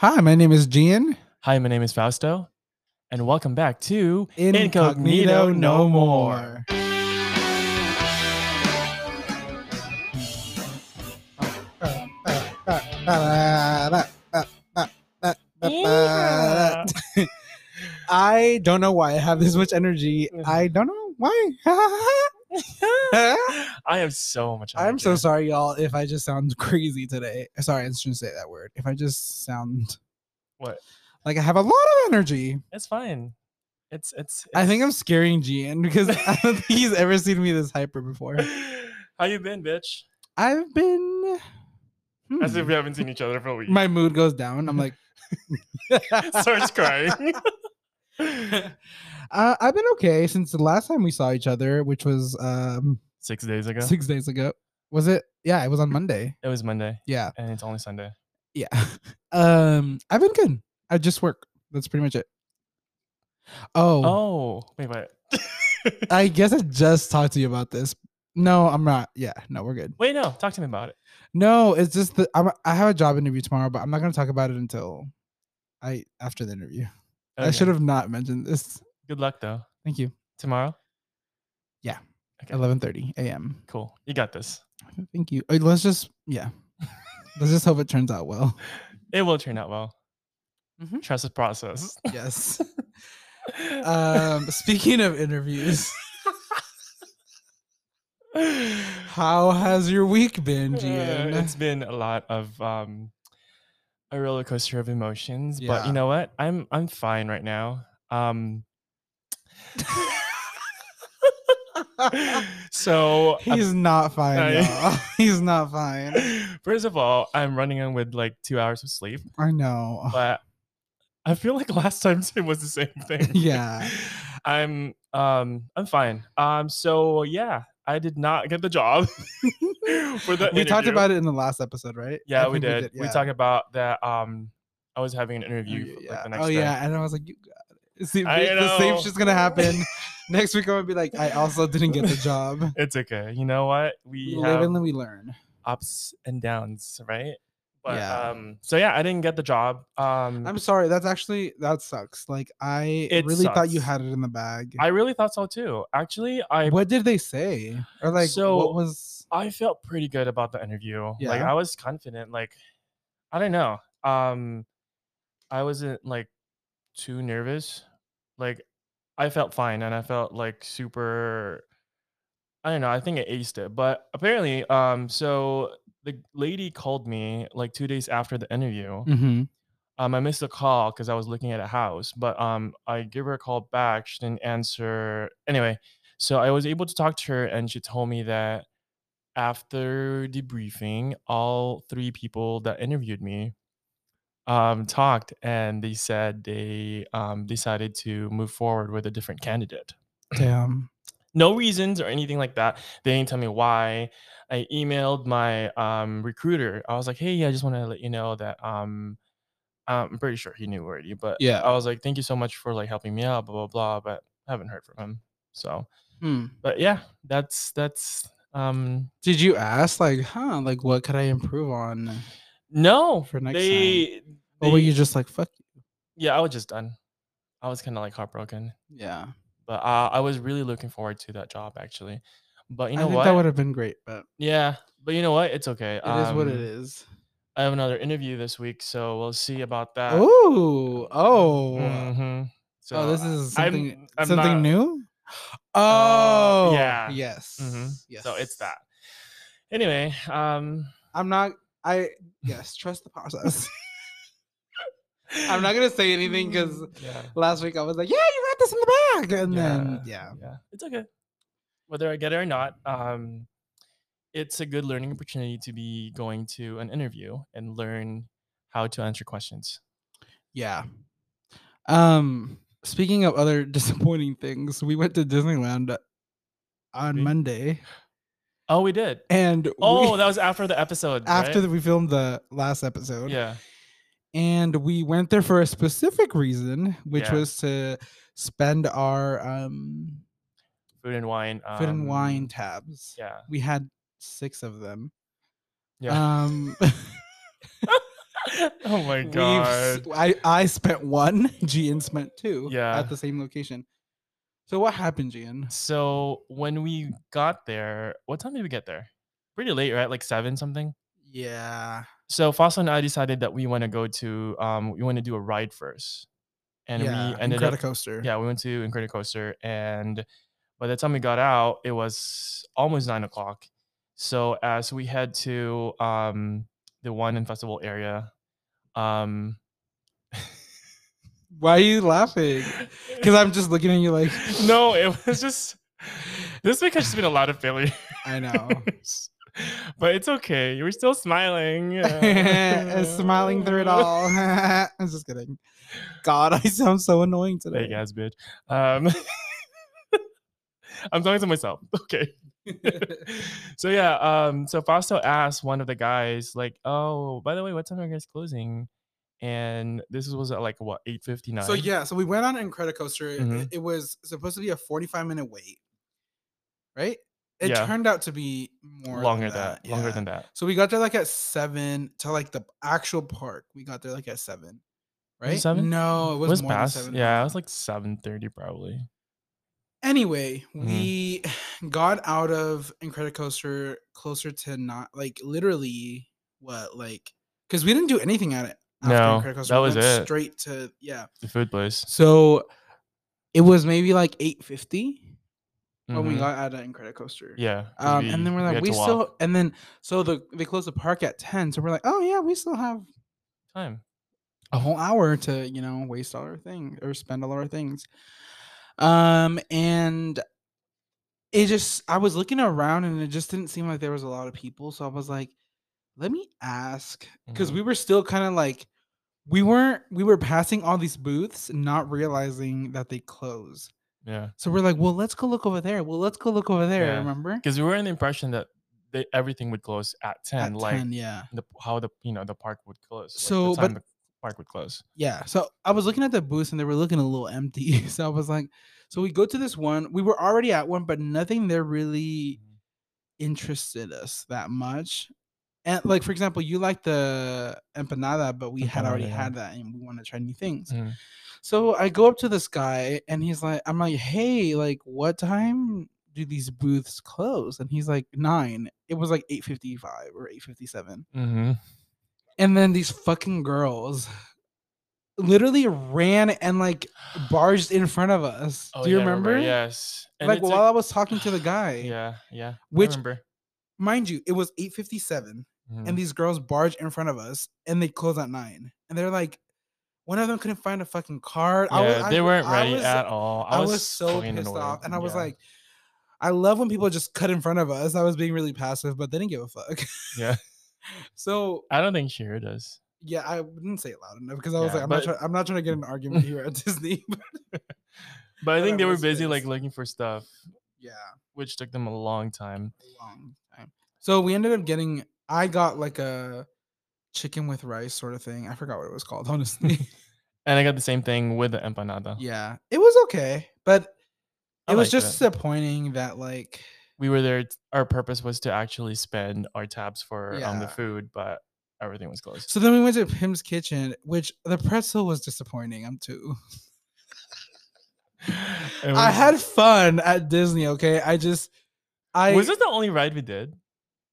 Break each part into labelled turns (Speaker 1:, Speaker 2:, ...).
Speaker 1: Hi, my name is Gian.
Speaker 2: Hi, my name is Fausto, and welcome back to Yeah.
Speaker 1: I don't know why I have this much energy. I don't know why.
Speaker 2: I have so much.
Speaker 1: I'm so
Speaker 2: energy.
Speaker 1: sorry, y'all, if I just sound crazy today. Sorry, I shouldn't say that word. If I just sound
Speaker 2: What?
Speaker 1: like I have a lot of energy.
Speaker 2: It's fine. It's it's.
Speaker 1: I think I'm
Speaker 2: it's-
Speaker 1: scaring Gian because I don't think he's ever seen me this hyper before.
Speaker 2: How you been, bitch?
Speaker 1: I've been.
Speaker 2: As if
Speaker 1: hmm.
Speaker 2: we haven't seen each other for a week.
Speaker 1: My mood goes down. I'm like.
Speaker 2: Starts crying.
Speaker 1: Uh, I've been okay since the last time we saw each other, which was um,
Speaker 2: Six days ago.
Speaker 1: six days ago. Was it? Yeah, it was on Monday.
Speaker 2: It was Monday,
Speaker 1: Yeah,
Speaker 2: and it's only Sunday.
Speaker 1: yeah. Um, I've been good. I just work. That's pretty much it. Oh,
Speaker 2: Oh, wait, wait,
Speaker 1: I guess I just talked to you about this. No, I'm not. Yeah, no, we're good.
Speaker 2: wait. No, talk to me about it.
Speaker 1: No, it's just that I'm, I have a job interview tomorrow, but I'm not gonna talk about it until I after the interview. I
Speaker 2: Okay.
Speaker 1: should have not mentioned this.
Speaker 2: Good luck though.
Speaker 1: Thank you.
Speaker 2: Tomorrow.
Speaker 1: Yeah.
Speaker 2: Okay.
Speaker 1: 11:30 a.m.
Speaker 2: Cool. You got this.
Speaker 1: Thank you. Uh, Let's just yeah. Let's just hope it turns out well.
Speaker 2: It will turn out well.
Speaker 1: Mhm.
Speaker 2: Trust the process.
Speaker 1: Yes. Um, speaking of interviews, Uh, how has your week been,
Speaker 2: Uh,
Speaker 1: Gian?
Speaker 2: it's been a lot of um, a roller coaster of emotions, but
Speaker 1: Yeah.
Speaker 2: you know what? I'm I'm fine right now. Um, so uh,
Speaker 1: He's not fine.
Speaker 2: I-
Speaker 1: y'all. He's not fine.
Speaker 2: first of all, I'm running in with like two hours of sleep,
Speaker 1: I know.
Speaker 2: but I feel like last time it was the same thing.
Speaker 1: Yeah.
Speaker 2: I'm um I'm fine. Um, so yeah, I did not get the job for the.
Speaker 1: we talked
Speaker 2: interview.
Speaker 1: about it in the last episode, right? I
Speaker 2: Yeah, we
Speaker 1: think
Speaker 2: did. We,
Speaker 1: yeah.
Speaker 2: talked about that. Um, I was having an interview
Speaker 1: Interview,
Speaker 2: for,
Speaker 1: yeah.
Speaker 2: like, the next
Speaker 1: oh
Speaker 2: day.
Speaker 1: yeah, and I was like, you got it. See,
Speaker 2: I
Speaker 1: the same
Speaker 2: know.
Speaker 1: shit's gonna happen next week. I'm gonna be like, I also didn't get the job.
Speaker 2: It's okay. You know what?
Speaker 1: We
Speaker 2: We
Speaker 1: live
Speaker 2: have
Speaker 1: and we learn.
Speaker 2: ups and downs, right? But
Speaker 1: Yeah.
Speaker 2: um, so yeah, I didn't get the job. Um,
Speaker 1: I'm sorry. That's actually that sucks. Like I
Speaker 2: It
Speaker 1: really thought you
Speaker 2: sucks.
Speaker 1: had it in the bag.
Speaker 2: I really thought so too. Actually, I
Speaker 1: what did they say? Or like
Speaker 2: So-
Speaker 1: what was?
Speaker 2: I felt pretty good about the interview. Like
Speaker 1: Yeah.
Speaker 2: I was confident. Like I don't know. Um, I wasn't like too nervous. Like I felt fine, and I felt like super. I don't know. I think I aced it, but apparently, um, so the lady called me like two days after the interview.
Speaker 1: Mhm.
Speaker 2: Um, I missed the call because I was looking at a house, but um, I gave her a call back. She didn't answer. Anyway, so I was able to talk to her, and she told me that after debriefing, all three people that interviewed me um, talked, and they said they um, decided to move forward with a different candidate
Speaker 1: Damn.
Speaker 2: no reasons or anything like that. They didn't tell me why. I emailed my um, recruiter. I was like, hey, I just want to let you know that um, I'm pretty sure he knew already, but
Speaker 1: Yeah.
Speaker 2: I was like, thank you so much for like helping me out, blah blah blah. But I haven't heard from him. So,
Speaker 1: Hmm.
Speaker 2: but yeah, that's that's um
Speaker 1: Did you ask like, huh? Like what could I improve on?
Speaker 2: no
Speaker 1: For next time.
Speaker 2: they,
Speaker 1: Or were
Speaker 2: they-
Speaker 1: you just like fuck? you?
Speaker 2: yeah, I was just done. I was kind of like heartbroken,
Speaker 1: Yeah.
Speaker 2: but uh, I was really looking forward to that job actually. But you
Speaker 1: I
Speaker 2: know
Speaker 1: think
Speaker 2: what?
Speaker 1: that would have been great, but
Speaker 2: yeah, but you know what? It's okay.
Speaker 1: it is what it
Speaker 2: Um,
Speaker 1: is.
Speaker 2: I have another interview this week, so we'll see about that.
Speaker 1: Ooh. Oh.
Speaker 2: Mhm. So
Speaker 1: oh, this is
Speaker 2: I'm-
Speaker 1: something
Speaker 2: I'm
Speaker 1: something
Speaker 2: not-
Speaker 1: new.
Speaker 2: Uh,
Speaker 1: Oh.
Speaker 2: yeah.
Speaker 1: Yes.
Speaker 2: mhm.
Speaker 1: Yes.
Speaker 2: So it's that. Anyway, um,
Speaker 1: I'm not. I yes. Trust the process. I'm not gonna say anything because
Speaker 2: mm, yeah,
Speaker 1: last week I was like, "Yeah, you got this in the bag," and then yeah,
Speaker 2: yeah, it's okay. Whether I get it or not, um, it's a good learning opportunity to be going to an interview and learn how to answer questions.
Speaker 1: yeah. Um, speaking of other disappointing things, we went to Disneyland on
Speaker 2: Me?
Speaker 1: Monday,
Speaker 2: Oh, we did.
Speaker 1: and
Speaker 2: Oh,
Speaker 1: we,
Speaker 2: that was after the episode.
Speaker 1: after
Speaker 2: right?
Speaker 1: we filmed the last episode.
Speaker 2: yeah,
Speaker 1: and we went there for a specific reason, which
Speaker 2: Yeah.
Speaker 1: was to spend our um
Speaker 2: food and wine.
Speaker 1: food and wine
Speaker 2: um,
Speaker 1: tabs.
Speaker 2: Yeah.
Speaker 1: We had six of them.
Speaker 2: Yeah.
Speaker 1: Um,
Speaker 2: oh my
Speaker 1: we've s-
Speaker 2: god.
Speaker 1: I, I spent one, Gian spent two
Speaker 2: Yeah.
Speaker 1: at the same location. So what happened, Gian?
Speaker 2: So when we got there, what time did we get there? Pretty late, right? Like seven something.
Speaker 1: Yeah.
Speaker 2: So Fossil and I decided that we want to go to um we want to do a ride first. And we ended up
Speaker 1: coaster.
Speaker 2: Yeah, we went to Incredicoaster, and by the time we got out, it was almost nine o'clock. So as we head to um, the one in festival area, um,
Speaker 1: Why are you laughing? Because I'm just looking at you like,
Speaker 2: no, it was just this week has just been a lot of failures,
Speaker 1: I know.
Speaker 2: but it's okay. You were still smiling,
Speaker 1: Uh, Smiling through it all. I'm just kidding. God, I sound so annoying today.
Speaker 2: Fake ass bitch. Um, I'm talking to myself. Okay. so yeah, um, so Fausto asked one of the guys, like, "Oh, by the way, what time are you guys closing?" And this was at like what eight fifty nine.
Speaker 1: So yeah, so we went on Incredicoaster.
Speaker 2: Mhm.
Speaker 1: It, it was supposed to be a 45 minute wait, right? It
Speaker 2: Yeah.
Speaker 1: turned out to be more
Speaker 2: longer that, longer
Speaker 1: yeah.
Speaker 2: than that.
Speaker 1: So we got there like at seven to like the actual park. We got there like at seven,
Speaker 2: Was it
Speaker 1: right?
Speaker 2: seven?
Speaker 1: No, it was,
Speaker 2: It was
Speaker 1: more
Speaker 2: past.
Speaker 1: than seven.
Speaker 2: yeah, it was like seven thirty probably.
Speaker 1: Anyway,
Speaker 2: Mhm.
Speaker 1: we got out of Incredicoaster closer to not like literally what like because we didn't do anything at it.
Speaker 2: No,
Speaker 1: Incredicoaster,
Speaker 2: that
Speaker 1: we
Speaker 2: was
Speaker 1: went
Speaker 2: it.
Speaker 1: Straight to yeah.
Speaker 2: The food place.
Speaker 1: So it was maybe like eight when we
Speaker 2: Mhm.
Speaker 1: got out of Incredicoaster.
Speaker 2: Yeah. 'cause
Speaker 1: Um, and then we're like,
Speaker 2: had
Speaker 1: we,
Speaker 2: to walk.
Speaker 1: still, and then so the they closed the park at ten, so we're like, oh yeah, we still have
Speaker 2: time.
Speaker 1: a whole hour to you know waste all our things or spend all our things um and it just i was looking around and it just didn't seem like there was a lot of people so i was like let me ask because
Speaker 2: Mhm.
Speaker 1: we were still kind of like we weren't we were passing all these booths not realizing that they close
Speaker 2: Yeah.
Speaker 1: so we're like well let's go look over there well let's go look over there
Speaker 2: Yeah.
Speaker 1: remember
Speaker 2: Because we were in the impression that they, everything would close at
Speaker 1: At
Speaker 2: ten, like
Speaker 1: 10, yeah
Speaker 2: the how the you know the park would close. like,
Speaker 1: So,
Speaker 2: the
Speaker 1: but-
Speaker 2: time the park would close.
Speaker 1: Yeah. So I was looking at the booths and they were looking a little empty. So I was like, so we go to this one. We were already at one, but nothing there really
Speaker 2: Mm-hmm.
Speaker 1: interested us that much. And like for example, you like the empanada, but we had already
Speaker 2: Empanada, yeah.
Speaker 1: had that and we want to try new things.
Speaker 2: Mhm.
Speaker 1: So I go up to this guy and he's like, I'm like, hey, like what time do these booths close? And he's like, nine. It was like 855 or 857.
Speaker 2: Mm-hmm.
Speaker 1: And then these fucking girls literally ran and like barged in front of us. Do you
Speaker 2: Oh, yeah, I
Speaker 1: Oh, remember?
Speaker 2: Yes. And
Speaker 1: Like
Speaker 2: it's a-
Speaker 1: while I was talking to the guy.
Speaker 2: yeah, yeah. I
Speaker 1: which-
Speaker 2: remember.
Speaker 1: Mind you, it was 857
Speaker 2: Mhm.
Speaker 1: and these girls barged in front of us and they closed at nine. And they're like, one of them couldn't find a fucking card.
Speaker 2: yeah, they weren't ready
Speaker 1: was,
Speaker 2: at all.
Speaker 1: I was, so
Speaker 2: fucking
Speaker 1: pissed
Speaker 2: annoyed.
Speaker 1: off. And I was
Speaker 2: Yeah,
Speaker 1: like, I love when people just cut in front of us. I was being really passive, but they didn't give a fuck.
Speaker 2: Yeah.
Speaker 1: so
Speaker 2: I don't think she heard us.
Speaker 1: Yeah, I didn't say it loud enough because I was
Speaker 2: Yeah,
Speaker 1: like, I'm not,
Speaker 2: but-
Speaker 1: try- I'm not trying to get in an argument here at Disney. but
Speaker 2: But I
Speaker 1: But
Speaker 2: think
Speaker 1: I
Speaker 2: they were
Speaker 1: was
Speaker 2: busy like
Speaker 1: pissed.
Speaker 2: looking for stuff,
Speaker 1: yeah,
Speaker 2: which took them a long time.
Speaker 1: a long time. So we ended up getting, I got like a chicken with rice sort of thing. I forgot what it was called, honestly.
Speaker 2: And I got the same thing with the empanada.
Speaker 1: yeah, it was okay, but
Speaker 2: Oh. I
Speaker 1: it was
Speaker 2: liked
Speaker 1: just
Speaker 2: it.
Speaker 1: disappointing that like,
Speaker 2: we were there. t- Our purpose was to actually spend our tabs for um, the
Speaker 1: Yeah.
Speaker 2: food, but everything was closed.
Speaker 1: so then we went to Pim's Kitchen, which the pretzel was disappointing. I'm too.
Speaker 2: It
Speaker 1: I
Speaker 2: was-
Speaker 1: had fun at Disney, okay? I just, I,
Speaker 2: was this the only ride we did?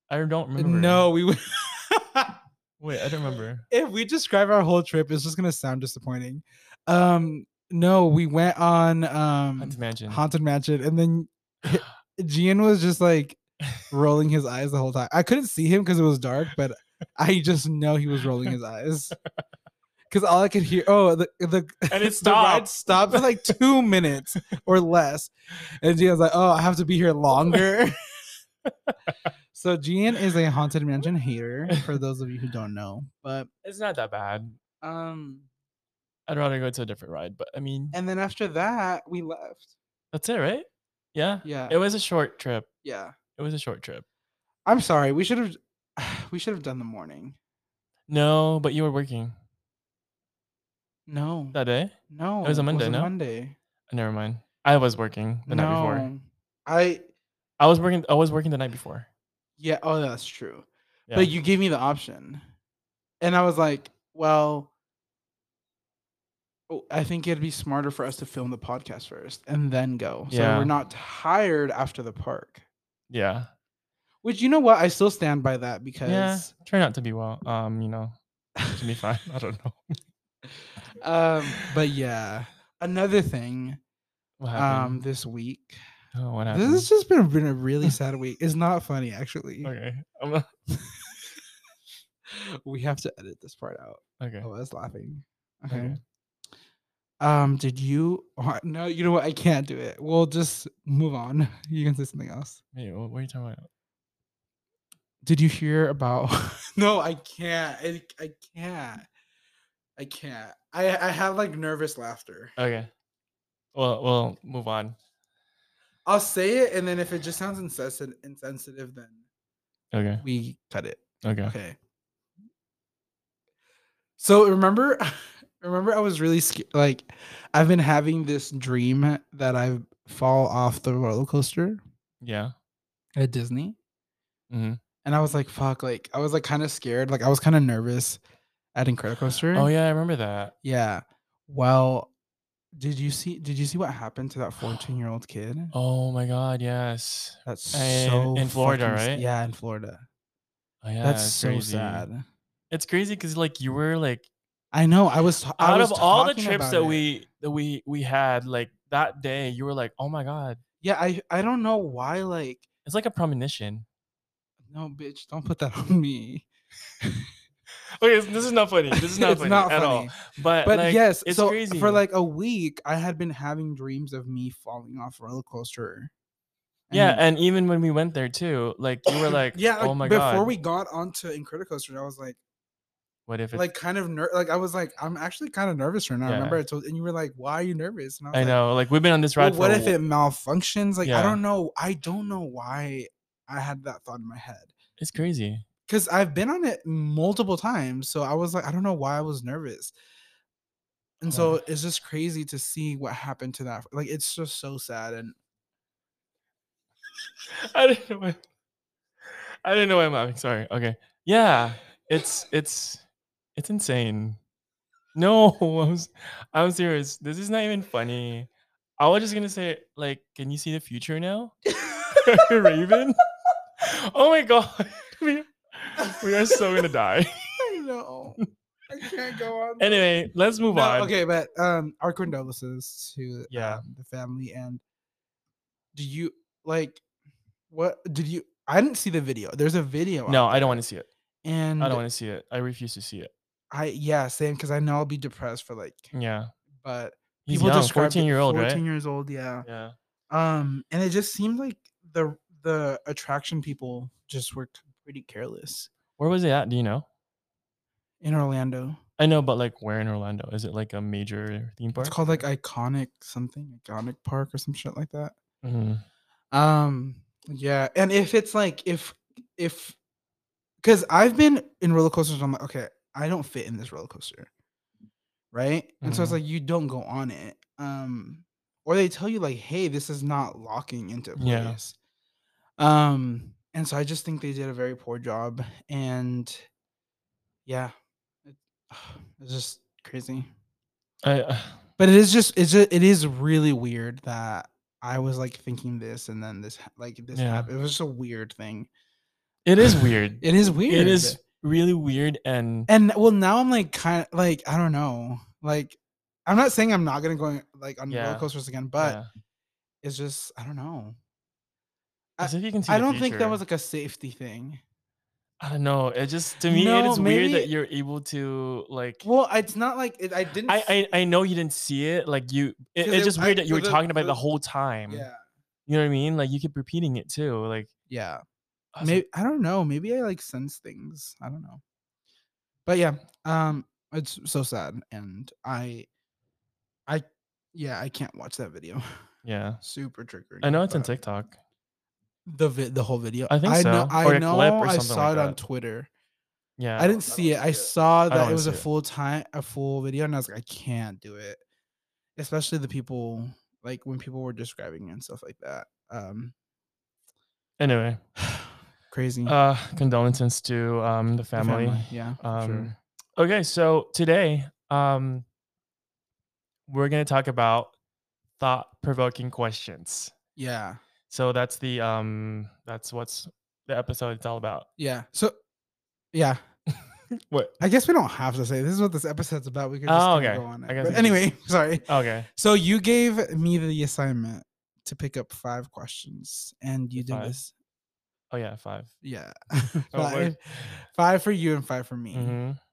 Speaker 2: I don't remember.
Speaker 1: no, we, went-
Speaker 2: wait, I don't remember.
Speaker 1: if we describe our whole trip, it's just gonna sound disappointing. Um, no, we went on um
Speaker 2: Haunted Mansion.
Speaker 1: Haunted Mansion, and then Gian was just like rolling his eyes the whole time. I couldn't see him because it was dark, but I just know he was rolling his eyes because all I could hear. Oh, the the
Speaker 2: and it
Speaker 1: the ride
Speaker 2: stopped.
Speaker 1: stopped for like two minutes or less, and Gian was like, "Oh, I have to be here longer." so Gian is a Haunted Mansion hater. For those of you who don't know, but
Speaker 2: It's not that bad.
Speaker 1: um,
Speaker 2: I'd rather go to a different ride, but I mean,
Speaker 1: and then after that, we left.
Speaker 2: that's it, right? Yeah.
Speaker 1: Yeah,
Speaker 2: It was a short trip.
Speaker 1: yeah.
Speaker 2: It was a short trip.
Speaker 1: I'm sorry. We should have, we should have done the morning.
Speaker 2: No, but you were working
Speaker 1: No,
Speaker 2: that day.
Speaker 1: no.
Speaker 2: was a Monday, no?
Speaker 1: Monday.
Speaker 2: Never mind. I was working the night before.
Speaker 1: No. I
Speaker 2: I was working. I was working the night before.
Speaker 1: yeah. Oh, that's true.
Speaker 2: Yeah.
Speaker 1: but you gave me the option and i was like well oh, i think it'd be smarter for us to film the podcast first and then go so
Speaker 2: Yeah.
Speaker 1: we're not tired after the park
Speaker 2: yeah.
Speaker 1: which you know what i still stand by that
Speaker 2: Yeah.
Speaker 1: because
Speaker 2: Try not to be well. Um, you know, to be fine. I don't know.
Speaker 1: um but yeah another thing
Speaker 2: What
Speaker 1: um
Speaker 2: happened?
Speaker 1: this week
Speaker 2: oh, what
Speaker 1: this
Speaker 2: happened?
Speaker 1: has just been, been a really sad week it's not funny actually
Speaker 2: okay. I'm not-
Speaker 1: we have to edit this part out
Speaker 2: okay.
Speaker 1: I was laughing. Okay.
Speaker 2: Okay.
Speaker 1: Um, did you? oh, no, you know what? I can't do it. We'll just move on. You can say something else.
Speaker 2: Wait, what, what are you talking about?
Speaker 1: Did you hear about? no, I can't. I, I can't. I can't. I I have like nervous laughter.
Speaker 2: Okay. Well, we'll move on.
Speaker 1: I'll say it, and then if it just sounds insensitive, insensitive, then
Speaker 2: Okay.
Speaker 1: we cut it.
Speaker 2: Okay.
Speaker 1: Okay. So remember, remember I was really scared. Like, I've been having this dream that I fall off the roller coaster
Speaker 2: Yeah.
Speaker 1: at Disney,
Speaker 2: hmm
Speaker 1: and I was like, "Fuck!" Like, I was like kind of scared. Like, I was kind of nervous at Incredicoaster.
Speaker 2: Oh yeah, I remember that.
Speaker 1: Yeah. Well, did you see? Did you see what happened to that fourteen-year-old kid?
Speaker 2: Oh my God, yes.
Speaker 1: That's
Speaker 2: in-
Speaker 1: so
Speaker 2: in Florida,
Speaker 1: fucking s-
Speaker 2: right?
Speaker 1: Yeah, in Florida.
Speaker 2: Oh, yeah,
Speaker 1: That's
Speaker 2: it's
Speaker 1: so
Speaker 2: crazy.
Speaker 1: sad.
Speaker 2: It's crazy because like you were like
Speaker 1: I know. I was t- I
Speaker 2: out
Speaker 1: was
Speaker 2: of all the
Speaker 1: talking
Speaker 2: trips
Speaker 1: about
Speaker 2: that
Speaker 1: it.
Speaker 2: we that we we had like that day, you were like, oh my God,
Speaker 1: Yeah, I I don't know why. Like,
Speaker 2: it's like a premonition.
Speaker 1: no, bitch, don't put that on me.
Speaker 2: Okay, this- this is not funny. This is not
Speaker 1: It's
Speaker 2: funny
Speaker 1: not
Speaker 2: at all.
Speaker 1: funny.
Speaker 2: But
Speaker 1: But
Speaker 2: like,
Speaker 1: yes,
Speaker 2: it's
Speaker 1: so
Speaker 2: crazy
Speaker 1: for like a week, I had been having dreams of me falling off a roller coaster.
Speaker 2: yeah, and even when we went there too, like you were like,
Speaker 1: yeah.
Speaker 2: oh
Speaker 1: like,
Speaker 2: my
Speaker 1: before
Speaker 2: God,
Speaker 1: we got onto Incredicoaster, I was like,
Speaker 2: what if it's
Speaker 1: like kind of ner- like I was like, I'm actually kind of nervous right now. I
Speaker 2: Yeah.
Speaker 1: remember I told, and you were like, why are you nervous? And was
Speaker 2: I
Speaker 1: like,
Speaker 2: know, like we've been on this
Speaker 1: Well,
Speaker 2: ride.
Speaker 1: what
Speaker 2: for a
Speaker 1: if
Speaker 2: wh-
Speaker 1: it malfunctions? Like
Speaker 2: Yeah.
Speaker 1: I don't know. I don't know why I had that thought in my head.
Speaker 2: It's crazy.
Speaker 1: because I've been on it multiple times. So I was like, I don't know why I was nervous. And
Speaker 2: Oh.
Speaker 1: so it's just crazy to see what happened to that. Like it's just so sad. And
Speaker 2: I didn't know. Why, I didn't know why I'm laughing. Sorry. Okay. Yeah. It's it's it's insane. No, I'm s- I'm serious. This is not even funny. I was just gonna say, like, can you see the future now, Raven? Oh my god, we, we are so gonna die.
Speaker 1: I know I can't go on.
Speaker 2: Anyway, let's move
Speaker 1: No,
Speaker 2: on.
Speaker 1: okay, but um, our condolences to
Speaker 2: Yeah.
Speaker 1: um, the family. And do you like what did you? I didn't see the video. There's a video. out
Speaker 2: No, I don't
Speaker 1: there,
Speaker 2: want to see it.
Speaker 1: And
Speaker 2: I don't want to see it. I refuse to see it.
Speaker 1: I yeah, same because I know I'll be depressed for like.
Speaker 2: Yeah.
Speaker 1: But
Speaker 2: He's young,
Speaker 1: described it-
Speaker 2: 14 year old,
Speaker 1: Fourteen
Speaker 2: right?
Speaker 1: years old. Yeah.
Speaker 2: Yeah.
Speaker 1: um and it just seemed like the the attraction people just were c- pretty careless
Speaker 2: Where was it at? Do you know?
Speaker 1: in orlando
Speaker 2: I know, but like where in Orlando? Is it like a major theme park?
Speaker 1: it's called like iconic something iconic park or some shit like that
Speaker 2: Mhm.
Speaker 1: um yeah and if it's like if if because i've been in roller coasters i'm like okay i don't fit in this roller coaster right and so it's
Speaker 2: Mhm.
Speaker 1: like you don't go on it um or they tell you like hey this is not locking into place
Speaker 2: Yeah.
Speaker 1: um and so i just think they did a very poor job and yeah it, it's just crazy
Speaker 2: I, uh,
Speaker 1: but it is just it's just, it is really weird that I was like thinking this and then this ha- like this
Speaker 2: Yeah.
Speaker 1: happened. It was just a weird thing.
Speaker 2: it is weird.
Speaker 1: It is weird.
Speaker 2: It is really weird and
Speaker 1: And well, now I'm like kind of like I don't know. Like I'm not saying I'm not gonna go like on roller
Speaker 2: Yeah.
Speaker 1: coasters again, but
Speaker 2: yeah.
Speaker 1: it's just I don't know. I-
Speaker 2: As if you can see
Speaker 1: I
Speaker 2: the
Speaker 1: don't think that
Speaker 2: future.
Speaker 1: was like a safety thing.
Speaker 2: I don't know. It just to me it
Speaker 1: No,
Speaker 2: is weird that
Speaker 1: maybe-
Speaker 2: you're able to like
Speaker 1: Well, it's not like it, I didn't. f-
Speaker 2: I, I I know you didn't see it. Like you it,
Speaker 1: 'Cause
Speaker 2: it's
Speaker 1: it-
Speaker 2: just
Speaker 1: I-
Speaker 2: weird that you
Speaker 1: for
Speaker 2: were
Speaker 1: the-
Speaker 2: talking about it the
Speaker 1: for-
Speaker 2: whole time.
Speaker 1: yeah
Speaker 2: You know what I mean? Like you keep repeating it too. Like
Speaker 1: yeah.
Speaker 2: I was
Speaker 1: Maybe
Speaker 2: like,
Speaker 1: I don't know. Maybe I like sense things. I don't know. But yeah, um, it's so sad, and I, I, yeah, I can't watch that video.
Speaker 2: Yeah.
Speaker 1: Super triggering.
Speaker 2: I know it's on
Speaker 1: but
Speaker 2: TikTok.
Speaker 1: The vi- the whole video.
Speaker 2: I think
Speaker 1: Know,
Speaker 2: so,
Speaker 1: I
Speaker 2: or a clip
Speaker 1: know.
Speaker 2: or
Speaker 1: I
Speaker 2: something
Speaker 1: saw
Speaker 2: like
Speaker 1: it on
Speaker 2: that.
Speaker 1: Twitter.
Speaker 2: Yeah.
Speaker 1: I didn't see it. I saw
Speaker 2: don't
Speaker 1: that it
Speaker 2: wanna
Speaker 1: was a
Speaker 2: see it.
Speaker 1: full time, a full video, and I was like, I can't do it. Especially the people, like when people were describing it and stuff like that. Um,
Speaker 2: Anyway.
Speaker 1: Crazy.
Speaker 2: Uh, condolences to um the
Speaker 1: Mm. The
Speaker 2: family.
Speaker 1: Yeah. for
Speaker 2: Um,
Speaker 1: sure.
Speaker 2: Okay, so today um we're gonna talk about thought provoking questions.
Speaker 1: Yeah.
Speaker 2: So that's the um that's what's the episode is all about.
Speaker 1: Yeah. So, yeah.
Speaker 2: What?
Speaker 1: I guess we don't have to say this is what this episode's about. We could just
Speaker 2: Oh,
Speaker 1: kinda
Speaker 2: okay.
Speaker 1: go on it.
Speaker 2: I guess
Speaker 1: But
Speaker 2: we could-
Speaker 1: anyway, sorry.
Speaker 2: Okay.
Speaker 1: So you gave me the assignment to pick up five questions, and you did
Speaker 2: Five?
Speaker 1: this.
Speaker 2: Oh yeah, five.
Speaker 1: Yeah,
Speaker 2: Oh, word.
Speaker 1: five, five for you and five for me.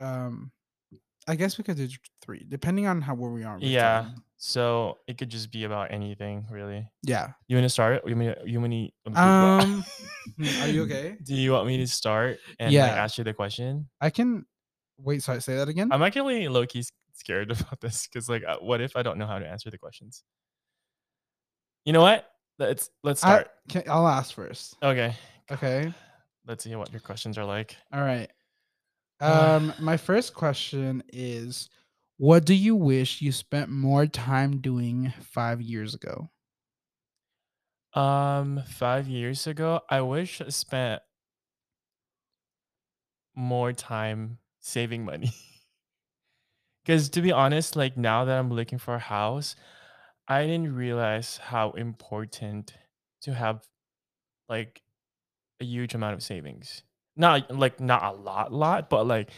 Speaker 2: Mm-hmm.
Speaker 1: Um, I guess we could do th- three, depending on how where we are. with
Speaker 2: Yeah.
Speaker 1: time.
Speaker 2: So it could just be about anything, really.
Speaker 1: yeah.
Speaker 2: You want to start it? You mean you want me?
Speaker 1: Um, hmm, are you okay?
Speaker 2: Do you want me to start and
Speaker 1: Yeah.
Speaker 2: like, ask you the question?
Speaker 1: I can wait. Sorry, say that again.
Speaker 2: I'm actually low key scared about this because like, uh, what if I don't know how to answer the questions? You know what? Let's let's
Speaker 1: I,
Speaker 2: start.
Speaker 1: can, I'll ask first.
Speaker 2: okay.
Speaker 1: Okay.
Speaker 2: Let's see what your questions are like.
Speaker 1: All right. Um, my first question is, what do you wish you spent more time doing five years ago?
Speaker 2: Um, five years ago, I wish I spent more time saving money. Because to be honest, like now that I'm looking for a house, I didn't realize how important to have like a huge amount of savings. Not like not a lot, lot, but like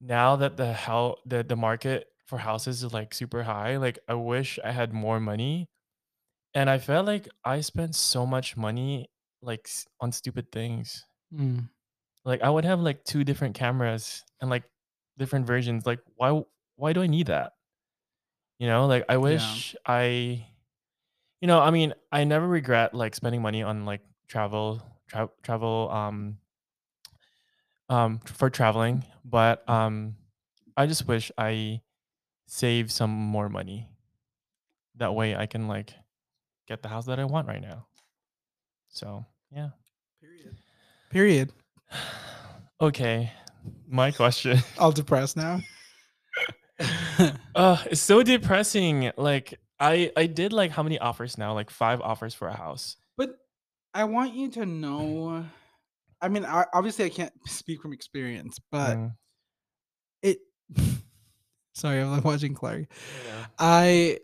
Speaker 2: now that the how the the market for houses is like super high, like I wish I had more money and I felt like I spent so much money like s- on stupid things.
Speaker 1: Mm.
Speaker 2: Like I would have like two different cameras and like different versions. Like why w- why do I need that? You know, like I wish I you know, I mean, I never regret like spending money on like travel tra- travel um um for traveling, but um I just wish I save some more money. That way I can like get the house that I want right now. So, yeah.
Speaker 1: Period. Period.
Speaker 2: okay. My question.
Speaker 1: All depressed now.
Speaker 2: Uh, it's so depressing. Like I I did like how many offers now? Like 5 offers for a house.
Speaker 1: but I want you to know. I mean, I, obviously, I can't speak from experience, but
Speaker 2: Mm.
Speaker 1: it. Sorry, I'm like watching Clark. I.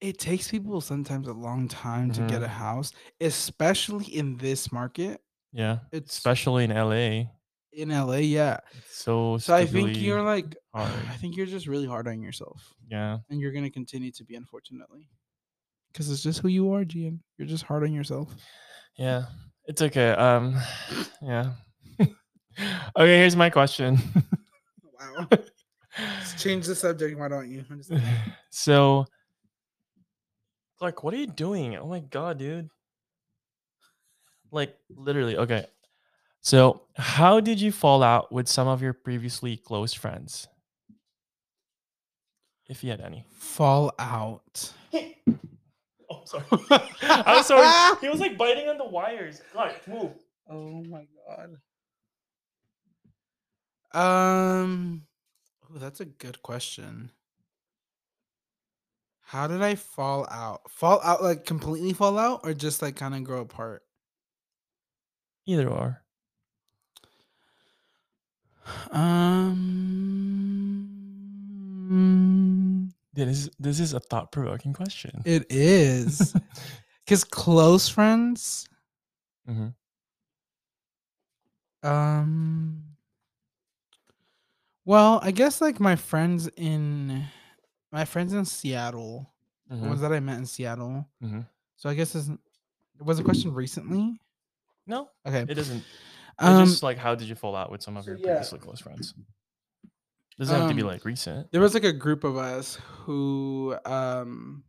Speaker 1: It takes people sometimes a long time to get
Speaker 2: Mhm.
Speaker 1: a house, especially in this market.
Speaker 2: Yeah.
Speaker 1: It's
Speaker 2: Especially in LA.
Speaker 1: in LA, yeah.
Speaker 2: It's so
Speaker 1: So I think you're
Speaker 2: stupidly
Speaker 1: like, I
Speaker 2: hard.
Speaker 1: think you're just really hard on yourself.
Speaker 2: Yeah.
Speaker 1: and you're gonna continue to be, unfortunately. Because it's just who you are, Gian. You're just hard on yourself.
Speaker 2: Yeah. It's okay. Um yeah. okay, here's my question.
Speaker 1: Wow. change the subject. Why don't you?
Speaker 2: so Clark, what are you doing? Oh my god, dude. Like literally, okay. So, how did you fall out with some of your previously close friends? If you had any.
Speaker 1: Fall out.
Speaker 2: Oh, sorry. I'm sorry. He was like biting on the wires. Clark, move.
Speaker 1: Oh my god. Um. ooh, that's a good question. How did I fall out? Fall out like completely fall out, or just like kind of grow apart?
Speaker 2: Either or.
Speaker 1: Um.
Speaker 2: This is this is a thought-provoking question.
Speaker 1: It is. Because close friends,
Speaker 2: Mhm.
Speaker 1: um, well, I guess like my friends in my friends in Seattle, the
Speaker 2: Mhm.
Speaker 1: ones that I met in Seattle.
Speaker 2: Mhm.
Speaker 1: So I guess this was a question recently.
Speaker 2: No,
Speaker 1: Okay,
Speaker 2: it isn't. It's
Speaker 1: um,
Speaker 2: just like how did you fall out with some of
Speaker 1: so
Speaker 2: your
Speaker 1: yeah.
Speaker 2: previously close friends? Doesn't have to be
Speaker 1: Um,
Speaker 2: like recent.
Speaker 1: there was like a group of us who, um,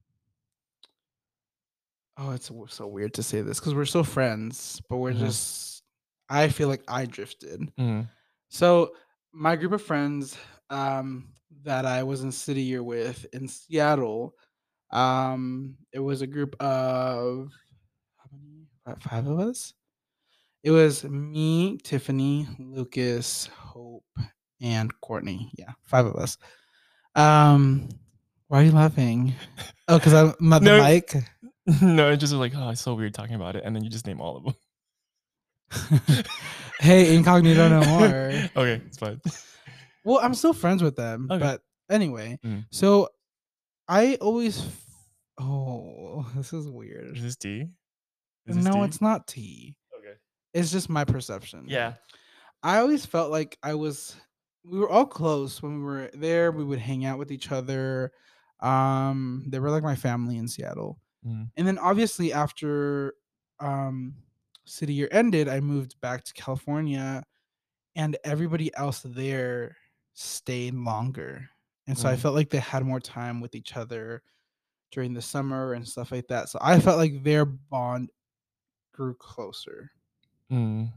Speaker 1: oh, it's w- so weird to say this because we're still friends, but we're
Speaker 2: Mhm.
Speaker 1: just. I feel like I drifted.
Speaker 2: Mm,
Speaker 1: So my group of friends um, that I was in city year with in Seattle, um, it was a group of how many? About five of us. It was me, Tiffany, Lucas, Hope, and Courtney. Yeah, five of us. Um, why are you laughing? Oh, because I'm not the
Speaker 2: No.
Speaker 1: mic.
Speaker 2: no, it's just like oh, it's so weird talking about it, and then you just name all of them.
Speaker 1: hey, incognito no more.
Speaker 2: okay, it's fine.
Speaker 1: Well, I'm still friends with them,
Speaker 2: Okay.
Speaker 1: but anyway.
Speaker 2: Mm.
Speaker 1: So I always. F- oh, this is weird.
Speaker 2: Is this D? Is this
Speaker 1: no,
Speaker 2: D?
Speaker 1: it's not tea.
Speaker 2: Okay.
Speaker 1: It's just my perception.
Speaker 2: Yeah.
Speaker 1: I always felt like I was we were all close when we were there. We would hang out with each other. Um they were like my family in Seattle.
Speaker 2: Mm.
Speaker 1: And then obviously after um city year ended, I moved back to California and everybody else there stayed longer. And so I
Speaker 2: Mm.
Speaker 1: felt like they had more time with each other during the summer and stuff like that. So I felt like their bond grew closer.
Speaker 2: Mm.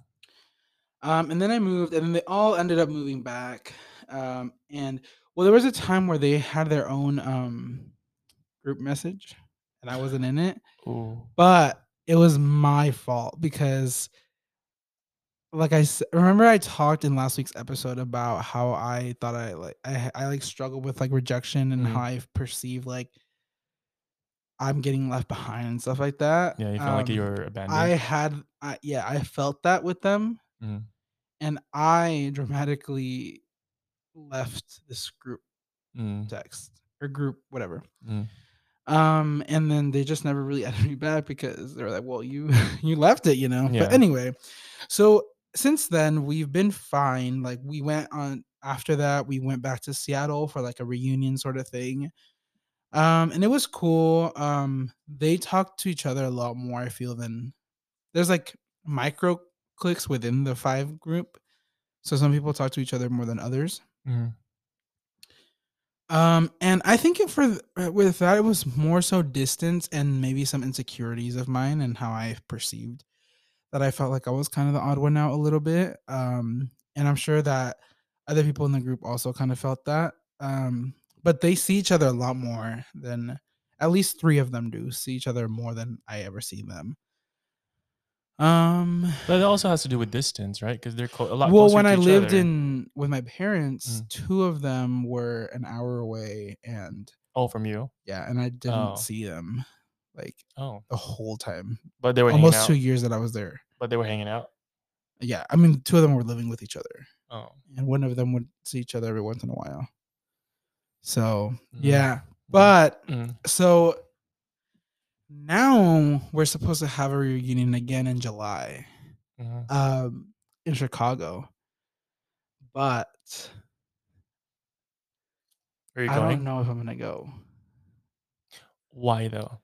Speaker 1: Um, and then I moved, and then they all ended up moving back. Um, and well, there was a time where they had their own um, group message, and I wasn't in it,
Speaker 2: Ooh.
Speaker 1: but it was my fault because, like I s- remember, I talked in last week's episode about how I thought I like I, ha- I like struggle with like rejection and
Speaker 2: Mhm.
Speaker 1: how I perceive like I'm getting left behind and stuff like that.
Speaker 2: Yeah, you felt like
Speaker 1: Um,
Speaker 2: you were abandoned.
Speaker 1: I had, I, yeah, I felt that with them,
Speaker 2: Mhm.
Speaker 1: and I dramatically left this group
Speaker 2: Mm.
Speaker 1: text or group whatever.
Speaker 2: Mm.
Speaker 1: Um, and then they just never really added me back because they were like, "Well, you you left it, you know."
Speaker 2: Yeah.
Speaker 1: But anyway, so since then we've been fine. Like we went on after that, we went back to Seattle for like a reunion sort of thing. Um, and it was cool. Um, they talked to each other a lot more. I feel than there's like micro clicks within the five group. So some people talk to each other more than others.
Speaker 2: Mm.
Speaker 1: Um, and I think it for th- uh, with that it was more so distance and maybe some insecurities of mine and how I perceived that I felt like I was kind of the odd one out a little bit. Um, and I'm sure that other people in the group also kind of felt that. Um, but they see each other a lot more than at least three of them do see each other more than I ever see them. Um,
Speaker 2: But it also has to do with distance, right? Because they're clo- a lot.
Speaker 1: well
Speaker 2: closer
Speaker 1: when
Speaker 2: to
Speaker 1: i
Speaker 2: each
Speaker 1: lived
Speaker 2: other.
Speaker 1: in with my parents
Speaker 2: Mm.
Speaker 1: two of them were an hour away and
Speaker 2: Oh, from you.
Speaker 1: yeah and i didn't
Speaker 2: Oh.
Speaker 1: see them like
Speaker 2: Oh,
Speaker 1: the whole time
Speaker 2: but they were hanging
Speaker 1: almost
Speaker 2: out.
Speaker 1: two years that i was there
Speaker 2: But they were hanging out.
Speaker 1: yeah i mean two of them were living with each other
Speaker 2: Oh.
Speaker 1: and one of them would see each other every once in a while so
Speaker 2: Mm,
Speaker 1: yeah
Speaker 2: mm,
Speaker 1: but
Speaker 2: mm.
Speaker 1: so now we're supposed to have a reunion again in july
Speaker 2: Mhm.
Speaker 1: um in Chicago. But
Speaker 2: Where are you
Speaker 1: I
Speaker 2: going?
Speaker 1: don't know if I'm gonna go.
Speaker 2: Why though?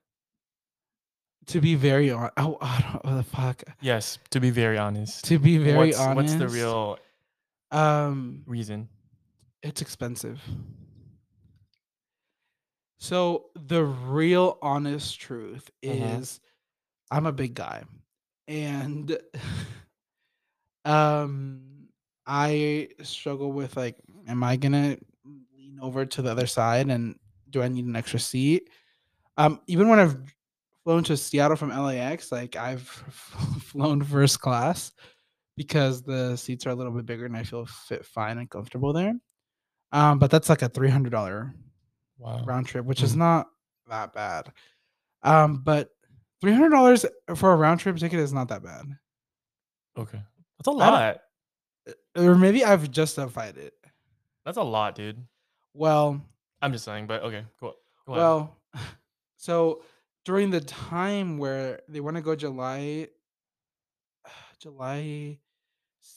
Speaker 1: To be very honest, oh, I don't oh, the fuck.
Speaker 2: Yes, to be very honest.
Speaker 1: To be very
Speaker 2: what's,
Speaker 1: honest,
Speaker 2: What's the real
Speaker 1: Um,
Speaker 2: reason?
Speaker 1: it's expensive. So the real honest truth
Speaker 2: Mhm.
Speaker 1: is, I'm a big guy, and um, I struggle with like, am I gonna lean over to the other side, and do I need an extra seat? Um, even when I've flown to Seattle from LAX, like I've flown first class because the seats are a little bit bigger and I feel fit fine and comfortable there. Um, but that's like a three hundred dollar
Speaker 2: Wow.
Speaker 1: round trip, which is not that bad. Um, but three hundred dollars for a round trip ticket is not that bad.
Speaker 2: Okay. That's a lot.
Speaker 1: Or maybe I've justified it.
Speaker 2: That's a lot, dude.
Speaker 1: Well,
Speaker 2: I'm just saying, but okay, cool. Go on.
Speaker 1: Well, so during the time where they want to go July July